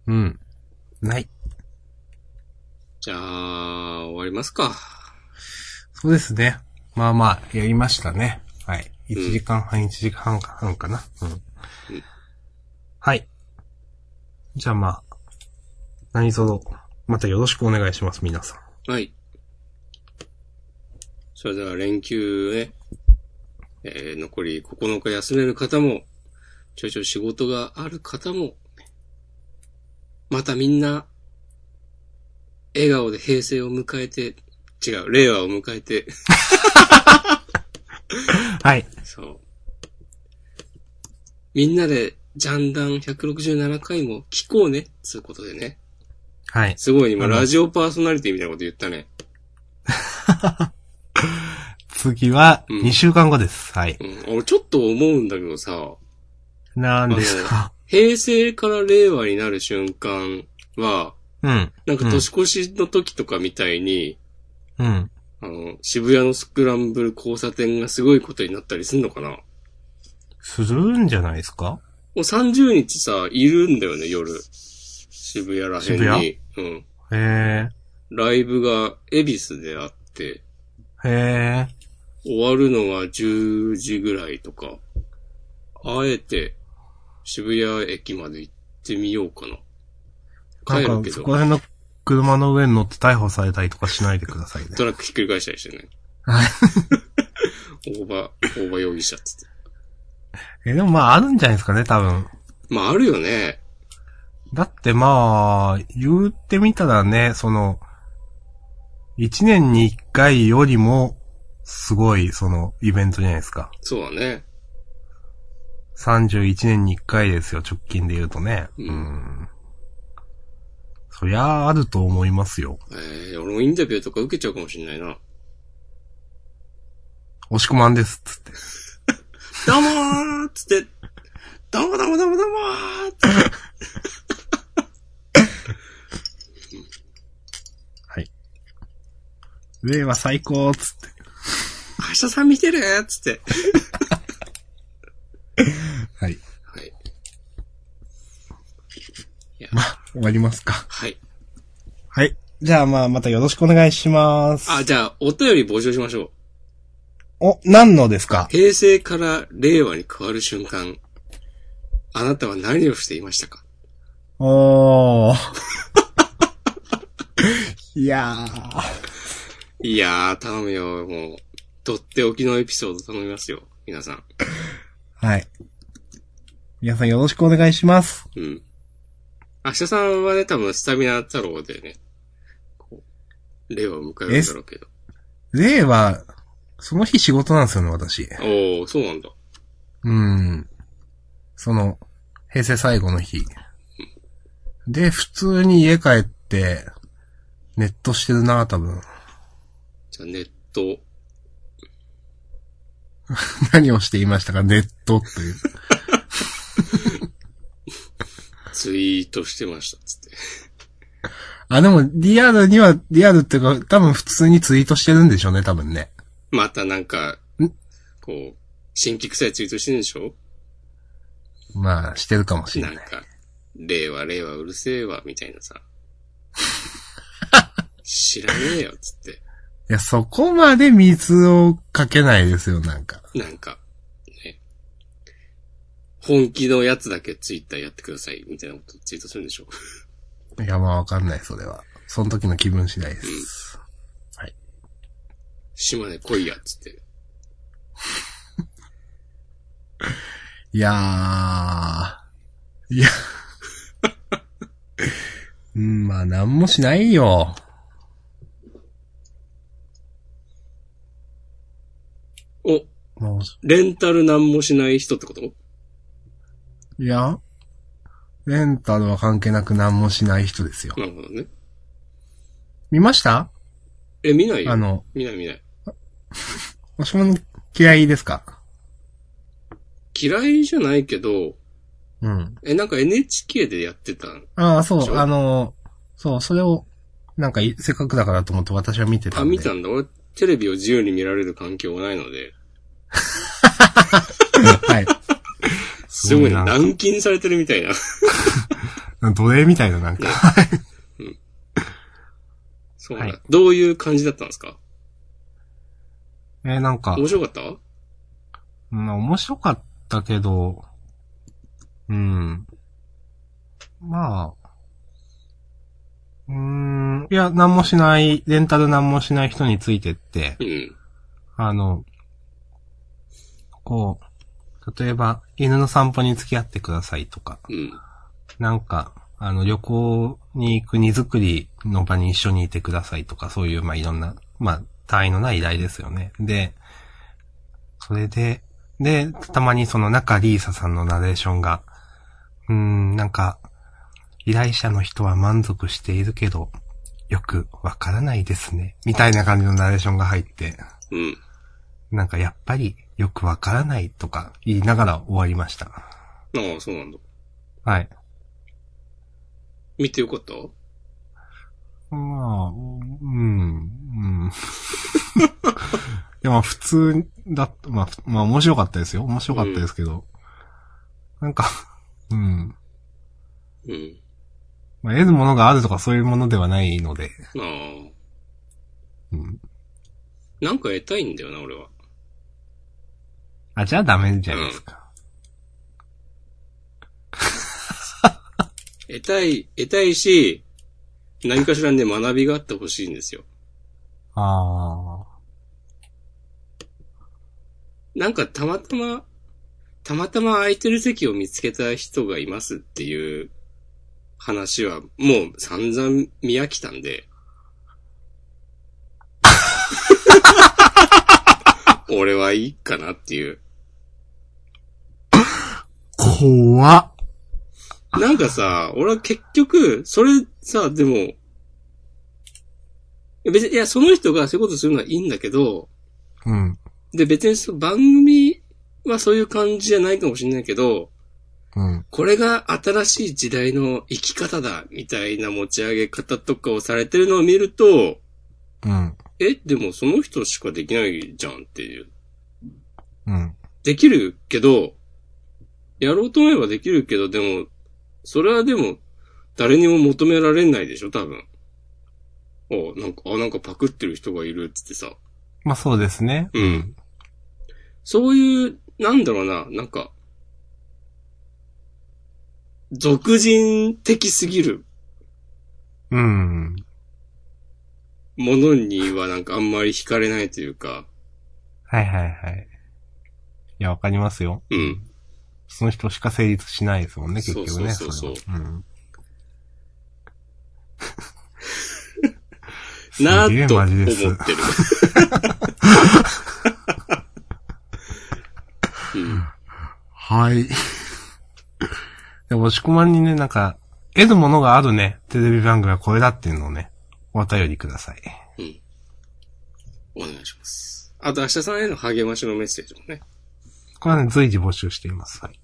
うん。ない。じゃあ、終わりますか。そうですね。まあまあ、やりましたね。はい。1時間半、1時間半か半かな。うん。はい。じゃあまあ、何卒、またよろしくお願いします、皆さん。はい。それでは連休ね、えー残り9日休める方も、ちょいちょい仕事がある方も、またみんな、笑顔で平成を迎えて、違う、令和を迎えて、 はい。そう。みんなで、ジャンダン167回も聞こうね、つうことでね。はい。すごい、今、あのラジオパーソナリティみたいなこと言ったね。次は、うん2週間後です。はい。うん。俺、ちょっと思うんだけどさ、なんですか平成から令和になる瞬間は、うん。なんか年越しの時とかみたいに、うん。あの、渋谷のスクランブル交差点がすごいことになったりすんのかなもするんじゃないですかう30日さ、いるんだよね、夜。渋谷らへ渋んに谷。うん。へライブが恵比寿であって、え。へえ。終わるのが10時ぐらいとか、あえて渋谷駅まで行ってみようかな。な帰るんけか、そどこ、ら辺の車の上に乗って逮捕されたりとかしないでくださいね。トラックひっくり返したりしてね。はい。大場、大場容疑者っつって。 え、でもまああるんじゃないですかね、多分。まああるよね。だってまあ、言ってみたらね、その、一年に一回よりも、すごい、その、イベントじゃないですか。そうだね。 31年に一回ですよ、直近で言うとね。うんん。そりゃあ、あると思いますよ。えー、俺もインタビューとか受けちゃうかもしんないな。押し込まんです、つって。どうもーっつって、どうもどうもどうもどうもーってはい。令和最高っつって。明日さん見てるっつって。はい。はい。終わりますか。はい。はい。じゃあまあ、またよろしくお願いします。あ、じゃあ、お便り募集しましょう。お、何のですか平成から令和に変わる瞬間、あなたは何をしていましたかおー。 いやー。いやー、頼むよ、もう。とっておきのエピソード頼みますよ、皆さん。はい。皆さんよろしくお願いします。うん。明日さんはね、多分スタミナ太郎でね、こう、令和を迎えるんだろうけど。例は、その日仕事なんですよね、私。おー、そうなんだ。うん。その、平成最後の日。で、普通に家帰って、ネットしてるな、多分。 じゃあ、ネット。何をしていましたか、ネットという。ツイートしてました、つって。あ、でも、リアルには、リアルっていうか、多分普通にツイートしてるんでしょうね、多分ね。またなんかん、こう、新規臭いツイートしてるんでしょまあ、してるかもしれななんい。か、令和、令和、うるせえわ、みたいなさ。知らねえよ、つって。いや、そこまで水をかけないですよ、なんか。なんか、ね。本気のやつだけツイッターやってください、みたいなことツイートするんでしょいや、まあ、わかんない、それは。その時の気分次第です。島根来いや、つって。いやー。いや。 うん、まあ、なんもしないよ。お、もレンタルなんもしない人ってことう、いや。レンタルは関係なくなんもしない人ですよ。なるほどね。見ましたえ、見ないよ。あの、見ない見ない。おしもの嫌いですか嫌いじゃないけど、うん。え、なんか NHK でやってたんああ、そでしう、ょあの、そう、それを、なんかい、せっかくだからと思って私は見てたあ、んで。見たんだ。俺、テレビを自由に見られる環境がないので、 はい。すごいなな、軟禁されてるみたい な。奴隷みたいな、なんか。そうなんだはいどういう感じだったんですかえーなんか、面白かったううん面白かったけど、うん。まあ、うーん、いや、なんもしない、レンタルなんもしない人についてって、ん。あの、こう、例えば、犬の散歩に付き合ってくださいとか、うん。なんか、あの、旅行に行く荷造りの場に一緒にいてくださいとか、そういう、まあ、いろんな、まあ、単位のない依頼ですよね。で、それで、で、たまにその中リーサさんのナレーションが、うーん、なんか、依頼者の人は満足しているけど、よくわからないですね。みたいな感じのナレーションが入って、うん。なんかやっぱりよくわからないとか言いながら終わりました。ああ、そうなんだ。はい。見てよかったまあ、うん、 うん。でも普通だった、まあ、ふまあ面白かったですよ。面白かったですけど。なんか、うん。うん。まあ、得るものがあるとかそういうものではないので。ああ。うん。なんか得たいんだよな、俺は。あ、じゃあダメじゃないですか。得たい、得たいし、何かしらね、学びがあってほしいんですよ。あなんかたまたま、たまたま空いてる席を見つけた人がいますっていう話はもう散々見飽きたんで。俺はいいかなっていう。あ。怖っ。なんかさ、俺は結局、それさ、でも、いや別に、いや、その人がそういうことするのはいいんだけど、うん。で、別にその番組はそういう感じじゃないかもしれないけど、うん。これが新しい時代の生き方だ、みたいな持ち上げ方とかをされてるのを見ると、うん。え、でもその人しかできないじゃんっていう。うん。できるけど、やろうと思えばできるけど、でも、それはでも、誰にも求められないでしょ、多分。あ、なんか、あ、なんかパクってる人がいるっつってさ。まあそうですね。うん。そういう、なんだろうな、なんか、俗人的すぎるうん。ものにはなんかあんまり惹かれないというか、はいはいはい。いや、わかりますよ。うん。その人しか成立しないですもんね、結局ね。そうそうそうそうれはうん。なすげえぁと思マっジでてるす。うん。はい。 で、押し込まんにね、なんか、得るものがあるね、テレビ番組はこれだっていうのをね、お便りください。うん。お願いします。あと、明日さんへの励ましのメッセージもね。これはね、随時募集しています。はい。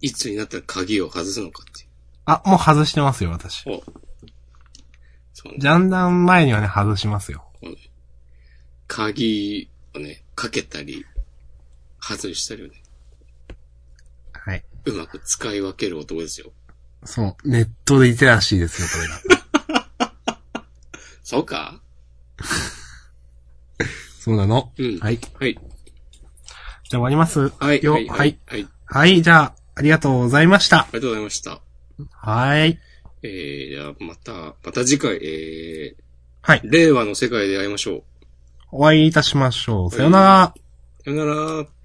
いつになったら鍵を外すのかっていう。あ、もう外してますよ、私。そうねジ。ャンダン前にはね、外しますよ。鍵をね、かけたり、外したりをね、はい。うまく使い分ける男ですよ。そう。ネットでリテラシーですよ、これが。 そうかそうなの。うん。はい。はい。じゃあ終わります。はい。よ、は。はいい。ははいい。。はい。ありじゃあ、ありがとうございました。がとうございました。はい。えー、じゃあ、また、また次回、えはいー、。令和の世界で会いましょお会いいたしましょう。さようなら。う。さよなら。